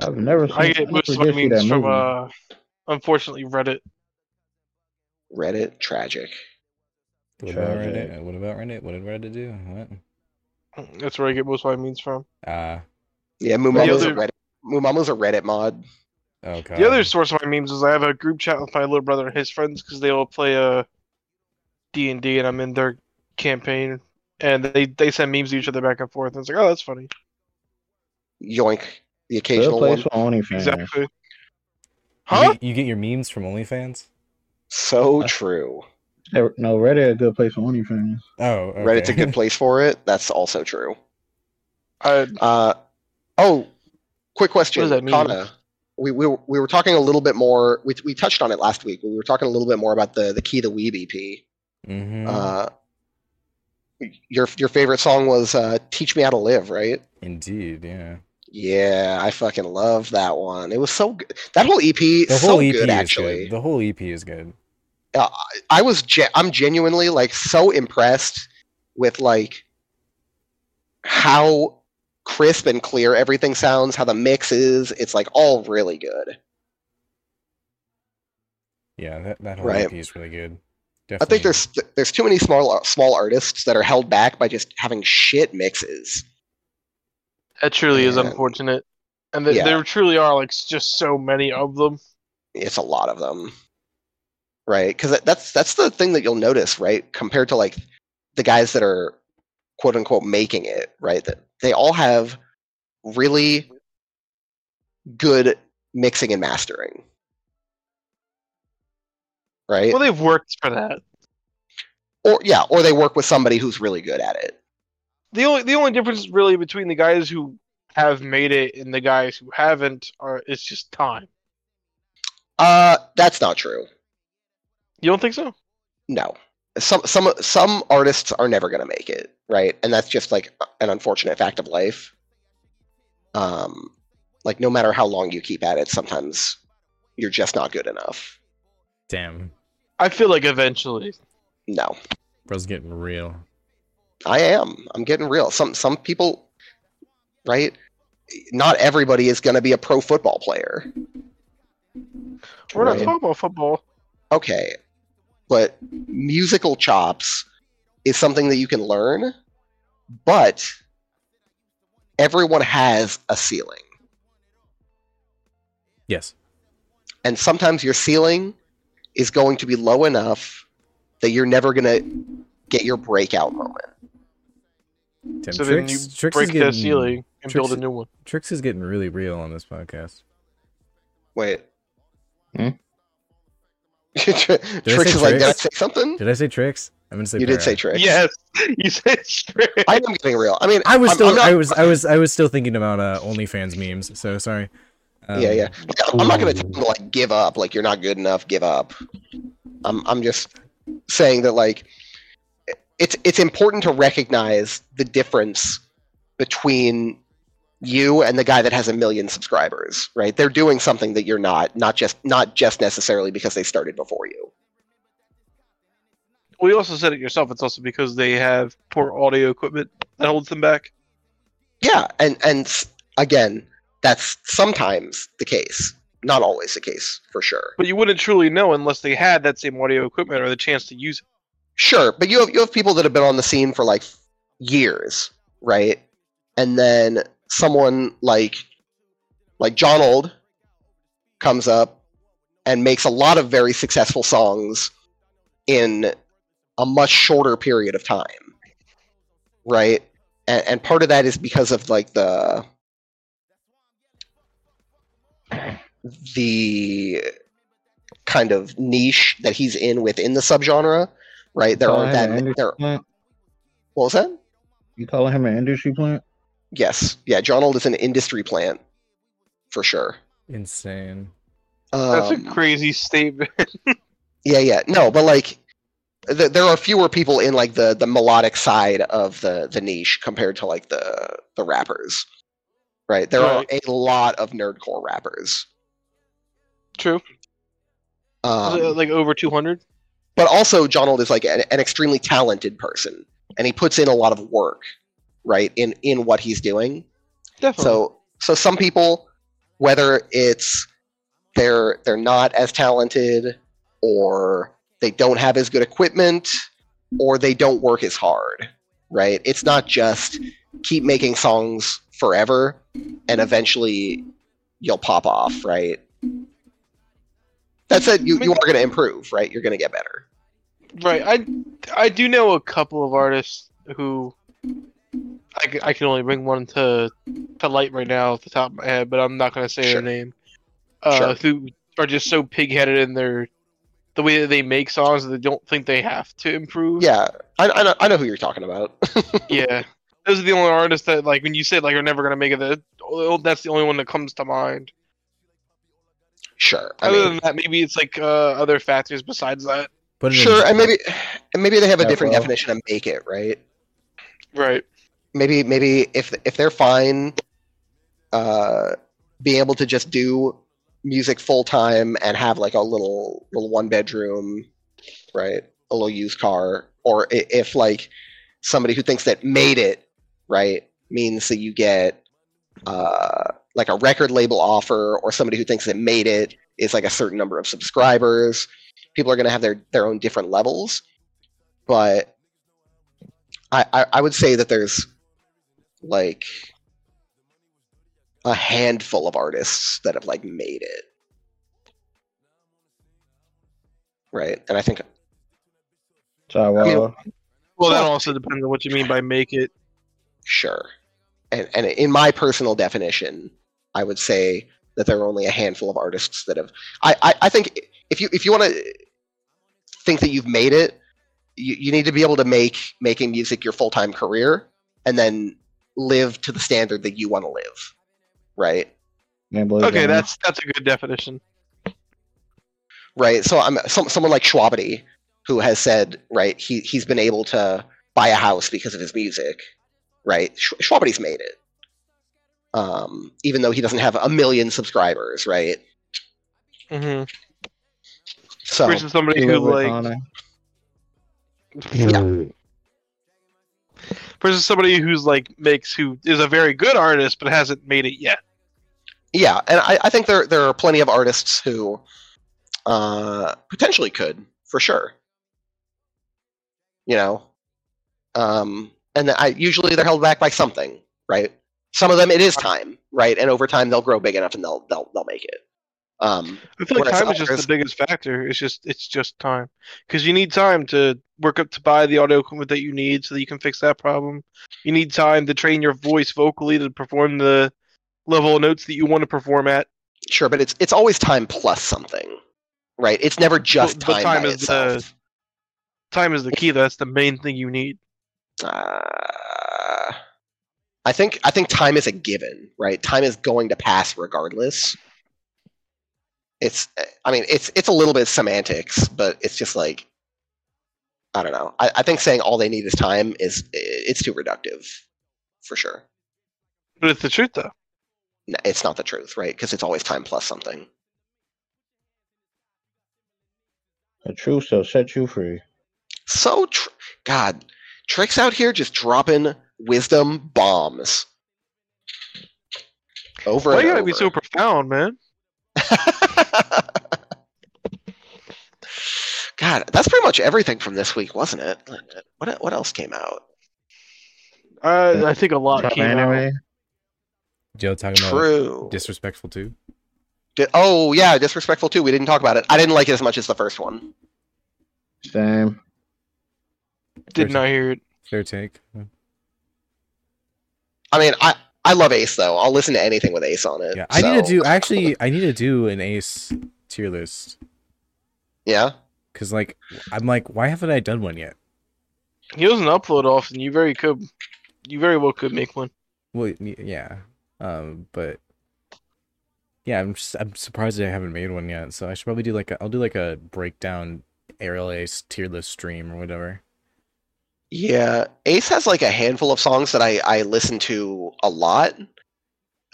I've never seen. I get never most of my did see that memes from movie. uh, unfortunately Reddit. Reddit tragic. What about Tragic. Reddit? What about Reddit? What did Reddit do? What? That's where I get most of my memes from. Uh, Yeah, Mumamu's The a Reddit. Mumamu's a Reddit mod. oh god. The other source of my memes is I have a group chat with my little brother and his friends because they all play uh, D and D, and I'm in their campaign, and they they send memes to each other back and forth. And it's like, oh, that's funny. Yoink. The Good occasional place one. for OnlyFans. Exactly. You Huh? get- You, get your memes from OnlyFans? So true. There- No, Reddit a good place for OnlyFans. Oh, okay. Reddit's a good place for it. That's also true. I, Uh, oh, quick question, What does that mean? Kana. We, we, were- we were talking a little bit more. We, we touched on it last week. but We were talking a little bit more about the the Key the Weeb EP. hmm Uh, your your favorite song was uh, "Teach Me How to Live," right? Indeed, yeah. Yeah, I fucking love that one. It was so good. That whole EP, The so whole EP good is actually. good. The whole EP is good. I was ge- I'm genuinely like so impressed with like how crisp and clear everything sounds, how the mix is. It's like all really good. Yeah, that, that whole Right. EP is really good. I Definitely. think there's there's too many small small artists that are held back by just having shit mixes. that truly is Yeah. unfortunate, and th- Yeah. there truly are like s- just so many of them. it's a lot of them right because that's that's the thing that you'll notice right compared to like the guys that are quote unquote making it right that they all have really good mixing and mastering right Well, they've worked for that. or yeah or they work with somebody who's really good at it The only the only difference really between the guys who have made it and the guys who haven't are it's just time. uh that's not true You don't think so? no some some some artists are never going to make it right and that's just like an unfortunate fact of life um like no matter how long you keep at it sometimes you're just not good enough Damn, I feel like eventually. no bro's getting real. i am i'm getting real some some people right not everybody is going to be a pro football player We're not Right. talking about football. okay but musical chops is something that you can learn but everyone has a ceiling Yes. and sometimes your ceiling is going to be low enough that you're never going to get your breakout moment. Damn, so Trix, then you Trix break is the getting, ceiling and build a Trix- new one. Trix is getting really real on this podcast. Wait. Hmm? Tr- say Trix is like, did I Trix? say something? Did I say Trix? I'm gonna say You did Para. say Trix. Yes, you said straight. I am getting real. I mean, I was I'm- still I'm not- I was I was I was still thinking about uh OnlyFans memes. So sorry. Um, yeah, yeah. Like, I'm not going to tell them to like give up. Like you're not good enough. Give up. I'm I'm just saying that like it's it's important to recognize the difference between you and the guy that has a million subscribers. Right? They're doing something that you're not. Not just not just necessarily because they started before you. Well, you also said it yourself. It's also because they have poor audio equipment that holds them back. Yeah, and and s- again, that's sometimes the case. Not always the case, for sure. But you wouldn't truly know unless they had that same audio equipment or the chance to use it. Sure, but you have you have people that have been on the scene for like years, right? And then someone like like John Old comes up and makes a lot of very successful songs in a much shorter period of time. Right? And and part of that is because of like the the kind of niche that he's in within the subgenre, right? There aren't that ma- there plant? what was that? You calling him an industry plant? Yes. Yeah, John Old is an industry plant for sure. Insane. Um, That's a crazy statement. yeah, yeah. No, but like th- there are fewer people in like the the melodic side of the the niche compared to like the the rappers. Right? There are Right. a lot of nerdcore rappers. True. Was it, Um, like over 200? but also Donald is like an, an extremely talented person and he puts in a lot of work right in in what he's doing Definitely. so so some people whether it's they're they're not as talented or they don't have as good equipment or they don't work as hard right it's not just keep making songs forever and eventually you'll pop off right that said you, you are going to improve right you're going to get better Right. I I do know a couple of artists who I, c- I can only bring one to to light right now off the top of my head, but I'm not going to say Sure. their name. Uh, Who are just so pig-headed in their the way that they make songs that they don't think they have to improve. Yeah, I, I, know, I know who you're talking about. Yeah. Those are the only artists that like when you say like are never going to make it. That, oh, that's the only one that comes to mind. sure. I Other mean, than that, maybe it's like uh, other factors besides that. But sure, and maybe and maybe they have a Yeah, different well. definition of make it, right? Right. Maybe maybe if if they're fine uh being able to just do music full time and have like a little little one bedroom, right? A little used car or i- if like somebody who thinks that made it, right, means that you get uh like a record label offer or somebody who thinks that made it is like a certain number of subscribers. People are going to have their their own different levels, but I, I I would say that there's like a handful of artists that have like made it, right? And I think So, I mean- uh, Well, that also depends on what you mean by make it. sure. And and in my personal definition, I would say that there are only a handful of artists that have. I I, I think if you if you want to think that you've made it, you, you need to be able to make making music your full time career, and then live to the standard that you want to live, right? man, Blaze Okay, Brown. that's that's a good definition. Right. So I'm some, someone like Schwabity, who has said, right, he, he's been able to buy a house because of his music, right? Sh- Schwabity's made it. Um, even though he doesn't have a million subscribers, right? Mm-hmm. So, Versus somebody who like yeah. versus somebody who's like makes who is a very good artist but hasn't made it yet. yeah, and I, I think there there are plenty of artists who uh, potentially could for sure. You know, um, and I usually they're held back by something, right? Some of them it is time, right? And over time they'll grow big enough and they'll they'll they'll make it. Um, I feel like Whereas time is just others- the biggest factor. It's just it's just time because you need time to work up to buy the audio equipment that you need so that you can fix that problem. You need time to train your voice vocally to perform the level of notes that you want to perform at. sure, but it's it's always time plus something, right? It's never just But- time, uh, but time by is the- itself. Time is the key. That's the main thing you need. Uh, I think I think time is a given, right? Time is going to pass regardless. It's I mean it's it's a little bit semantics, but it's just like I don't know. I, I think saying all they need is time is i- it's too reductive, for sure. But it's the truth though. N- It's not the truth, right? Because it's always time plus something. The truth shall set you free. So tr- God, tricks out here just dropping wisdom bombs over. Why and you gotta be over. so profound, man? God, that's pretty much everything from this week, wasn't it? What what else came out? Uh, I think a lot Top came out. anime. Joe talking about True. disrespectful too. Di- oh yeah, disrespectful too. We didn't talk about it. I didn't like it as much as the first one. Same. Did not hear it. Fair take. Uh, I mean, I I love Ace though. I'll listen to anything with Ace on it. Yeah, I need to so- do actually. I need to do an ace tier list Yeah, because like I'm like, why haven't I done one yet? He doesn't upload often. You very could, you very well could make one. Well, y- yeah, um, but yeah, I'm s I'm surprised I haven't made one yet. So I should probably do like a, I'll do like a breakdown aerial ace tier list stream or whatever. yeah. Ace has like a handful of songs that I I listen to a lot,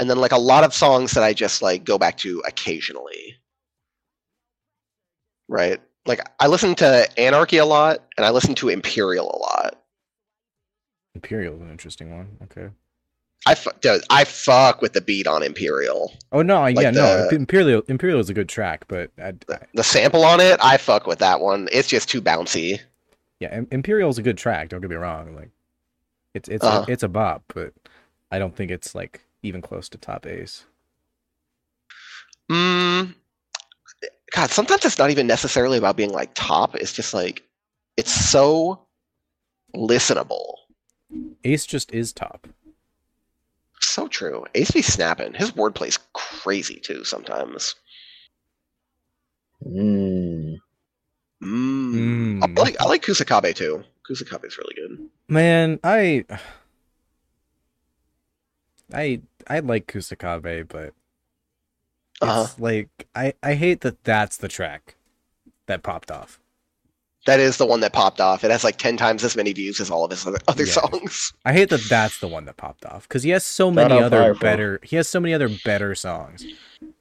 and then like a lot of songs that I just like go back to occasionally. Right. Like I listen to Anarchy a lot, and I listen to Imperial a lot. Imperial is an interesting one. Okay. I fu- dude, I fuck with the beat on Imperial. Oh no, I- Like uh, yeah, no. the- Imperial Imperial is a good track, but I, I, The sample on it, I fuck with that one. It's just too bouncy. yeah, Imperial is a good track. Don't get me wrong. Like, it's it's Uh-huh. a, it's a bop, but I don't think it's like even close to top ace. Mm, God, sometimes it's not even necessarily about being like top. It's just like it's so listenable. Ace just is top. So true. Ace be snapping. His wordplay's crazy too sometimes. Mm. Mm. Mm. I like I like Kusakabe too. Kusakabe's really good. Man, I I I like Kusakabe, but it's Uh-huh. like I I hate that that's the track that popped off. That is the one that popped off. It has like ten times as many views as all of his other, other Yeah. songs. I hate that that's the one that popped off cuz he has so Shout many out other Firefall. better he has so many other better songs,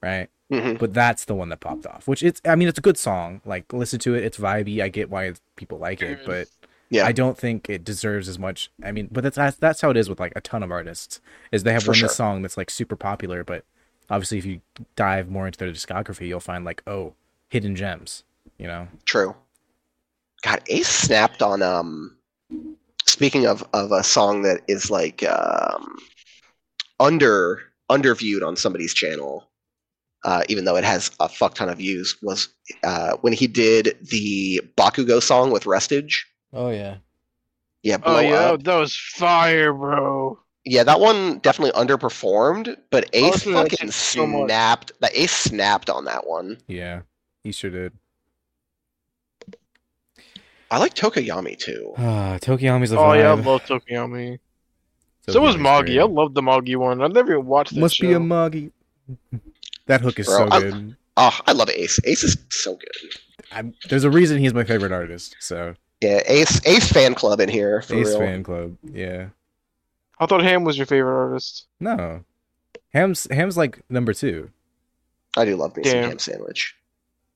right? Mhm. But that's the one that popped off, which it's I mean it's a good song. Like listen to it, it's vibey. I get why people like it, Mhm. but Yeah. I don't think it deserves as much. I mean, but that's- that's that's how it is with like a ton of artists. Is they have For one sure. song that's like super popular, but obviously if you dive more into their discography, you'll find like oh, hidden gems. You know, True. God, Ace snapped on um speaking of of a song that is like um under underviewed on somebody's channel, uh, even though it has a fuck ton of views, was uh when he did the Bakugo song with Restage. oh yeah, Yeah, Oh blow yeah, up. that was fire, bro. Yeah, that one definitely underperformed, but Ace listened to that fucking shit so much. snapped. The Ace snapped on that one. yeah, he sure did. I like Tokoyami too. Ah, Tokiyami's a Oh yeah, I vibe. love Tokiyami. So was Tokiyami's Moggy. great. I love the Moggy one. I've never even watched that Must be show. a Moggy. That hook is Bro, so I'm- good. Ah, Oh, I love Ace. Ace is so good. I'm, there's a reason he's my favorite artist. So Yeah, Ace Ace fan club in here for Ace real. fan club. Yeah. I thought Ham was your favorite artist. No. Ham's Ham's like number two. I do love me some Damn. ham sandwich.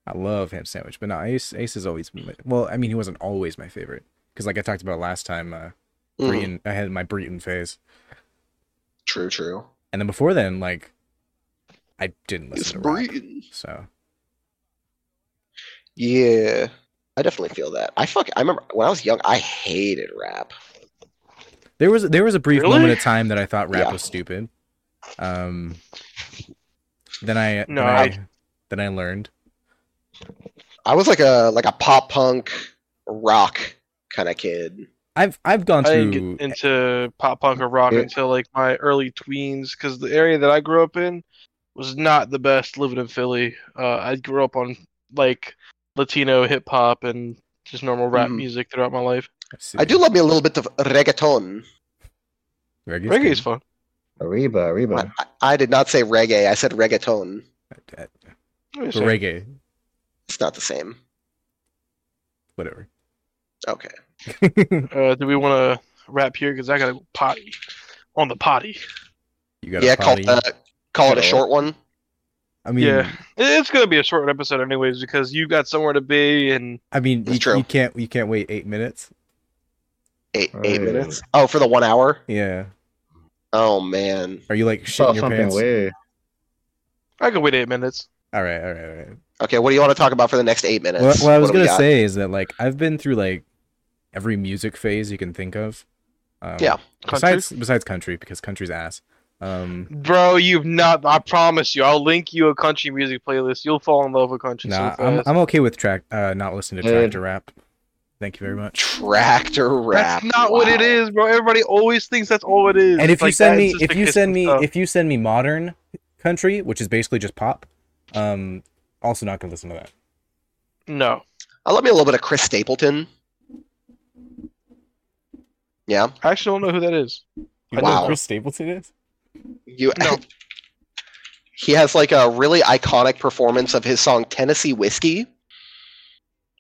I love ham sandwich, but no, Ace Ace has always been my, well. I mean, he wasn't always my favorite because, like I talked about last time, uh, Mm, Breton, I had my Breton phase, True, true. and then before then, like I didn't It's listen to rap. Breton. So Yeah, I definitely feel that. I fuck. I remember when I was young, I hated rap. there was there was a brief Really? moment of time that I thought rap Yeah. was stupid. Um, then I No, then I- I, then I learned. I was like a like a pop punk rock kind of kid. I've I've gone I through. didn't get into pop punk or rock Yeah. until like my early tweens because the area that I grew up in was not the best living in Philly. Uh, I grew up on like Latino hip hop and just normal rap Mhm. music throughout my life. let's I see, do love me a little bit of reggaeton. Reggae's Reggae is good. fun. Arriba, Arriba. I, I did not say reggae. I said reggaeton. Uh, What are you but saying? reggae, It's not the same. whatever. Okay. Uh, do we want to wrap here? Because I got to potty on the potty. You got Yeah, a call potty? uh, call it a Sure. short one. I mean, yeah, It- it's gonna be a short episode anyways because you got somewhere to be and I mean, It's you, true. you can't you can't wait eight minutes. Eight Right. eight minutes. Oh, for the one hour. Yeah. Oh man. Are you like shitting Saw your something pants? weird. I can wait eight minutes. All right, all right, all right. Okay, what do you want to talk about for the next eight minutes? What, what I was do we gonna got? say is that like I've been through like every music phase you can think of. Um, Yeah. Country. Besides besides country because country's ass. Um, Bro, you've not. I promise you, I'll link you a country music playlist. You'll fall in love with country. nah, so I'm fast. I'm okay with track uh not listening to Dude. tractor rap. Thank you very much. Tractor rap. that's not what it Wow. is, bro. Everybody always thinks that's all it is. And if you Like, send that is me just if a you kiss send and me stuff. if you send me modern country, which is basically just pop, um, also not gonna listen to that. no, I love me a little bit of Chris Stapleton. Yeah. I actually don't know who that is. You know Wow. who Chris Stapleton is. You No. He has like a really iconic performance of his song Tennessee Whiskey,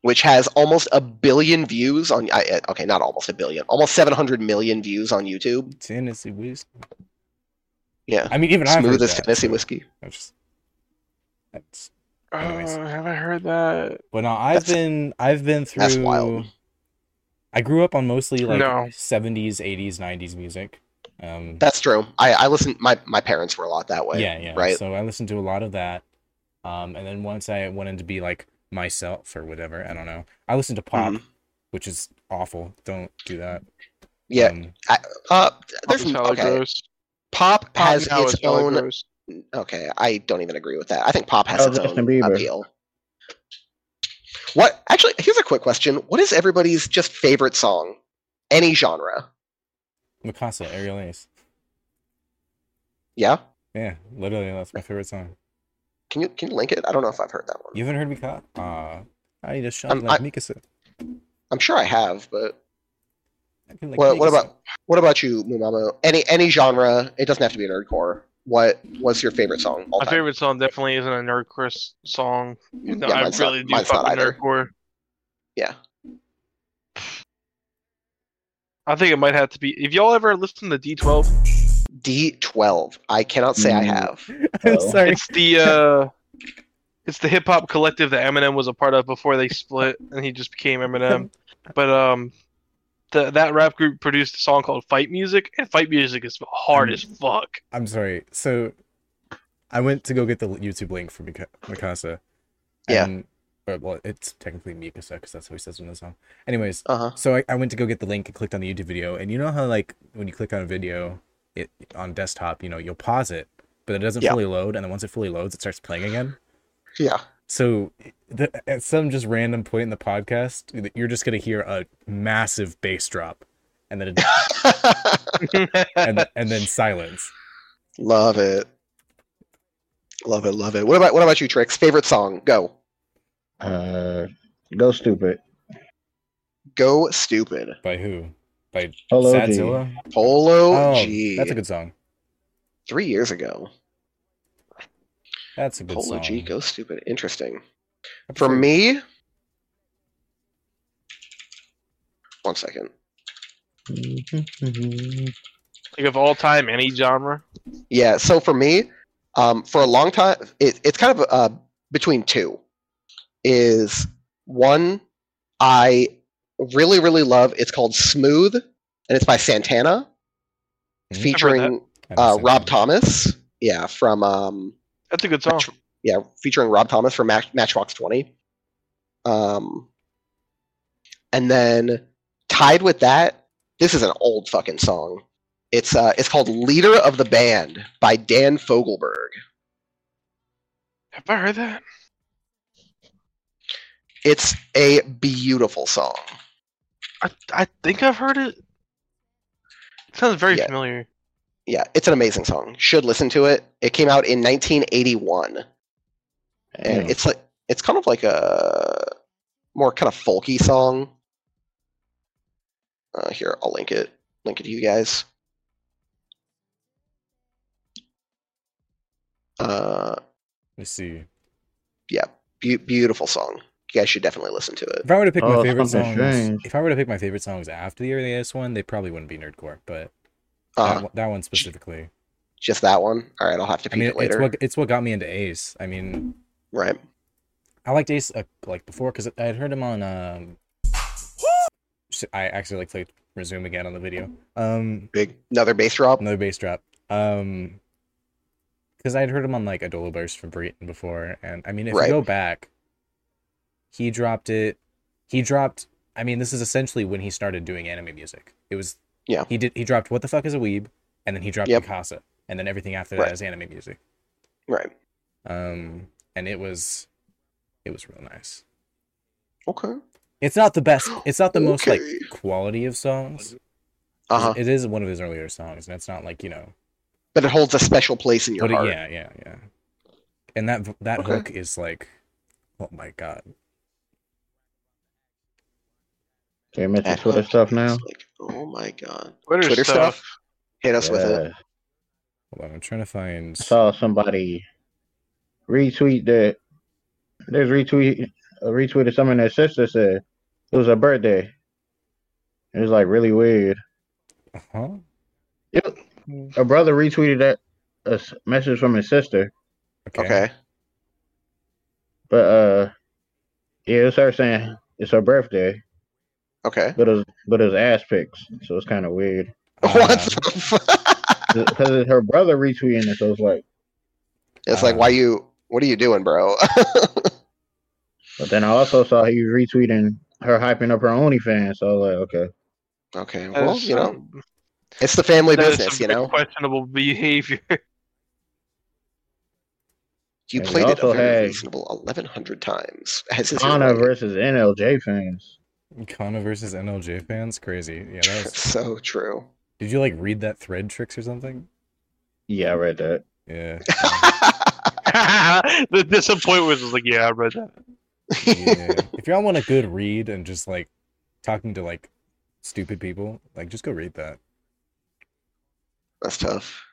which has almost a billion views on I, I- okay, not almost a billion, almost 700 million views on YouTube. Tennessee whiskey. Yeah. I mean, even I've heard Smooth as that, Tennessee so whiskey. I just- that's Uh, Anyways. have I heard that? But no, I've That's- been I've been through that's wild. I grew up on mostly No. like seventies, eighties, nineties music. Um That's true. I I listen my my parents were a lot that way. yeah, yeah. Right. So I listened to a lot of that. Um and then once I wanted to be like myself or whatever, I don't know. I listened to pop, Mhm. which is awful. Don't do that. Yeah. Um, Uh, there's There's okay. gross. Pop, Pop has now its is hella own gross. Okay, I don't even agree with that. I think pop has How's its own Justin Bieber? appeal. What actually? Here's a quick question: What is everybody's just favorite song, any genre? Mikasa, Ariel Ace. Yeah, Yeah, literally that's my favorite song. can you can you link it? I don't know if I've heard that one. You haven't heard Mikasa? Uh I need a shot I'm- like Mikasa. I'm sure I have, but I feel like what, what Mikasa. about what about you, Mumamo? Any any genre? It doesn't have to be nerdcore. What was your favorite song? All My time? favorite song definitely isn't a nerdcore s- song. No, Yeah, I mine's not- really do mine's not fuck with either. nerdcore. Yeah. I think it might have to be. If y'all ever listen to D12, D12. I cannot say I Mm. have. I'm Oh. sorry. it's the uh, it's the hip hop collective that Eminem was a part of before they split, and he just became Eminem. But um, the, that rap group produced a song called "Fight Music," and "Fight Music" is hard as fuck. I'm sorry. So, I went to go get the YouTube link for Mika- Mikasa. Yeah. And, or, well, it's technically Mikasa because that's how he says it in the song. Anyways, Uh huh. so I, I went to go get the link and clicked on the YouTube video, and you know how like when you click on a video, it on desktop, you know, you'll pause it, but it doesn't Yeah. fully load, and then once it fully loads, it starts playing again. Yeah. So, the, at some just random point in the podcast, you're just gonna hear a massive bass drop, and then a, and, and then silence. love it. Love it. Love it. What about what about you, Trix? Favorite song? Go. Uh, go stupid. Go Stupid. By who? By Hello, G. Sadzilla. Polo Oh, G. that's a good song. Three years ago. That's a good Polo song. G, Go Stupid. Interesting. I'm For sure- me, One second. Like of all time, any genre. Yeah. So for me, um, for a long time, it, it's kind of uh, between two. Is one I really really love. It's called Smooth, and it's by Santana, Hmm. I've heard featuring I've uh, seen Rob it. Thomas. Yeah, from um, That's a good song. Match- yeah, featuring Rob Thomas from Match- Matchbox Twenty. Um, and then tied with that, this is an old fucking song. It's uh, it's called "Leader of the Band" by Dan Fogelberg. Have I heard that? It's a beautiful song. I I think I've heard it. It sounds very Yeah. familiar. Yeah, it's an amazing song. Should listen to it. It came out in 1981, and Damn. it's like it's kind of like a more kind of folky song. Uh, here, I'll link it. Link it to you guys. Uh, Let's see. yeah, beau- beautiful song. You guys should definitely listen to it. If I were to pick Oh, my favorite something songs, strange. if I were to pick my favorite songs after the earliest one, they probably wouldn't be nerdcore, but that, Uh, one- that one specifically. just that one. All right, I'll have to I peek mean, it it's later. what it's what got me into Ace. I mean, Right. I liked Ace uh, like before because I had heard him on. Um, sh- I actually like clicked resume again on the video. Um, Big another bass drop. another bass drop. Um, because I had heard him on like Adola Burst from Breton before, and I mean, if Right. you go back, he dropped it. He dropped. I mean, this is essentially when he started doing anime music. It was Yeah. He did. He dropped what the fuck is a weeb, and then he dropped Yep. Mikasa, and then everything after Right. that is anime music. Right. Um, and it was, it was real nice. Okay. It's not the best. It's not the most like Okay. quality of songs. Uh huh. It is one of his earlier songs, and it's not like you know But it holds a special place in your But it- heart. yeah, yeah, yeah. And that v- that Okay. hook is like, oh my god. Damn it, the That Twitter hook stuff is now. Uh-huh. like, oh my god. Twitter, Twitter stuff. stuff. Hit us with it. Yeah. Hold on, I'm trying to find. I saw somebody retweet that there's retweet uh, retweeted something that sister said it was her birthday. It was like really weird. Huh? A brother retweeted that a s- message from his sister, Okay. Okay. but uh, yeah, it was her saying it's her birthday, Okay. but it was but it was ass pics, so it's kind of weird what Uh, the fuck? because her brother retweeting it, so it's like. It's like, Uh, why you? What are you doing, bro? But then I also saw he was retweeting her hyping up her OnlyFans, so I was like, okay, okay. That Well, is you know, some- it's the family that is business. some You know, questionable behavior. you And we played it a also very had- reasonable eleven hundred times. As is your Anna right. versus NLJ fans. Kana versus NLJ fans, crazy. Yeah, that was. so true. Did you like read that thread tricks or something? Yeah, I read that. Yeah. the disappointment was like, yeah, I read that. yeah. if y'all want a good read and just like talking to like stupid people, like just go read that. That's tough.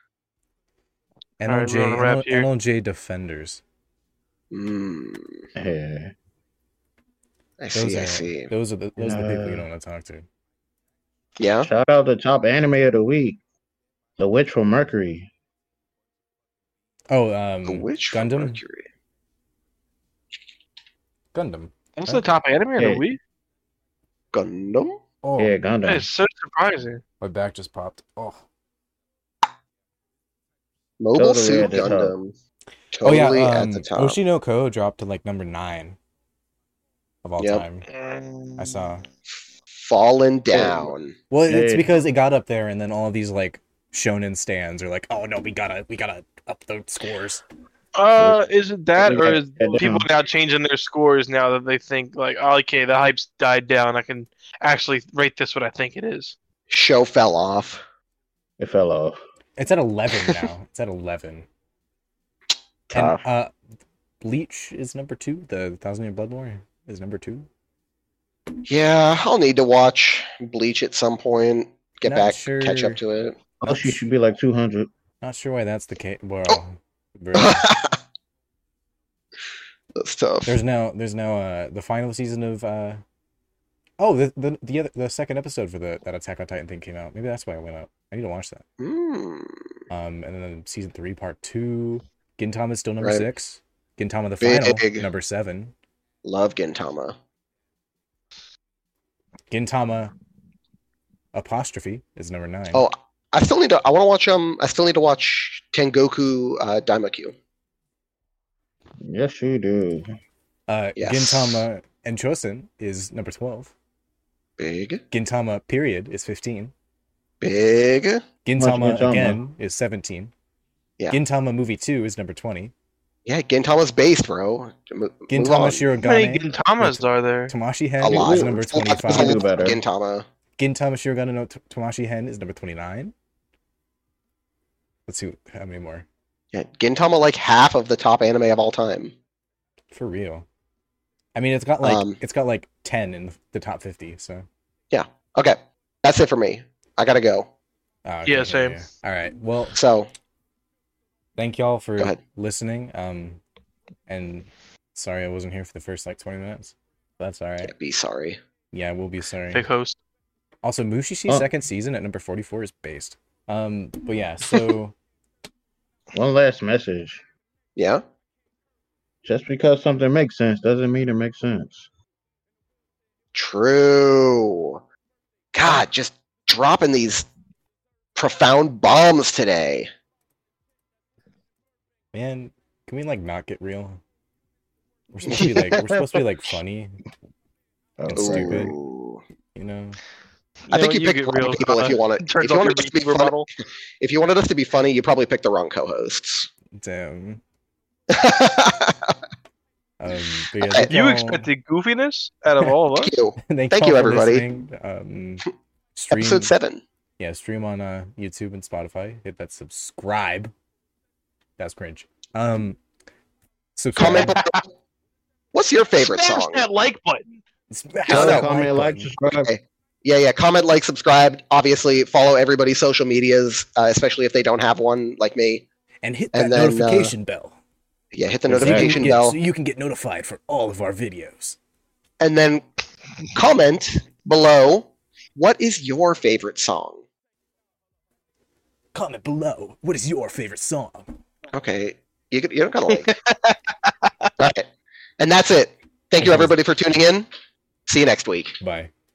All right, NLJ we're gonna wrap NL- here. NLJ defenders. Mm, Yeah. I Those see. I are- see. Those are the those are the people you Uh, don't want to talk to. Yeah. Shout out the top anime of the week, The Witch from Mercury. Oh, um, The witch from Gundam. Mercury. Gundam. That's Huh? the top anime of Yeah. the week. Gundam. Oh, Yeah, That Gundam. is so surprising. my back just popped. Oh. Mobile Totally Suit at the top. Gundam. Totally at the um, top. Oshino Ko dropped to like number nine of all Yep. time. I saw. Fallen down. Well, it's Hey. because it got up there, and then all of these like shonen stands are like, "Oh no, we gotta, we gotta up the scores." Uh, is it that, or is Yeah, yeah. people now changing their scores now that they think like, oh, okay, the hype's died down. I can actually rate this what I think it is. Show fell off. It fell off. It's at eleven now. it's at eleven. Tough. And, uh, Bleach is number two. The Thousand Year Blood War is number two. Yeah, I'll need to watch Bleach at some point. Get Not back, catch sure. up to it. Oh, she should be like 200. Not sure why that's the case. Well, Oh. bro, That's tough. there's now there's now uh the final season of uh Oh, the the the, other, the second episode for the that Attack on Titan thing came out. Maybe that's why I went up. I need to watch that. Mm. Um, and then season three, part two. Gintama's still number Right. six. Gintama the Big. final number seven. Love Gintama. Gintama apostrophe is number nine. Oh, I still need to. I want to watch. Um, I still need to watch Tengoku uh, Daimaku. Yes, you do. uh, yes. Gintama and Chosen is number twelve. Big, Gintama period is fifteen. big. Gintama Gintama? again is seventeen. Yeah. Gintama movie two is number twenty. Yeah, Gintama's based, bro. Mo- move Gintama on. How many Shirogane. Gintamas are there? Tamashi a Hen lot. is number There's a lot- there's a I do twenty-five. lot of better. Gintama. Gintama Shirogane no T- Tamashi Hen is number twenty-nine. Let's see how many more. Yeah, Gintama like half of the top anime of all time. For real. I mean, it's got like Um, it's got like ten in the top fifty. So Okay, that's it for me. I gotta go. Ah, Yeah, same. All right. Well, So thank y'all for Go ahead. listening. Um, and sorry I wasn't here for the first like twenty minutes. That's all right. yeah, be sorry. Yeah, we'll be sorry. Big host. Also, Mushishi's Oh. second season at number forty-four is based. Um, but yeah, so One last message. Yeah, Just because something makes sense doesn't mean it makes sense. true. God, just dropping these profound bombs today. man, can we like not get real? We're supposed to be like we're supposed to be like funny, Oh, It's stupid. Ooh. you know? I think know, you, picked get the wrong real, people if uh, you want to. turns If you off wanted us your to be YouTuber funny, model. if you wanted us to be funny, you probably picked the wrong co-hosts. Damn. Thank Um, but yeah, Alright. thank You y'all- expected goofiness out of all of us? you. thank, Thank y'all you, for everybody. listening. Um, stream, Episode seven. yeah, stream on uh, YouTube and Spotify. Hit that subscribe. That's cringe. Um, subscribe. Comment. below. What's your favorite Smash song? that like button. Smash No, that no. Comment, like, button. subscribe. Okay. Yeah, yeah. Comment, like, subscribe. Obviously, follow everybody's social medias, uh, especially if they don't have one, like me. and hit that and then, uh, notification bell. Yeah, hit the so you can notification get- bell, so you can get notified for all of our videos. and then comment below. What is your favorite song? Comment below. What is your favorite song? Okay, you you don't gotta like. All right, and that's it. Thank you everybody for tuning in. See you next week. Bye.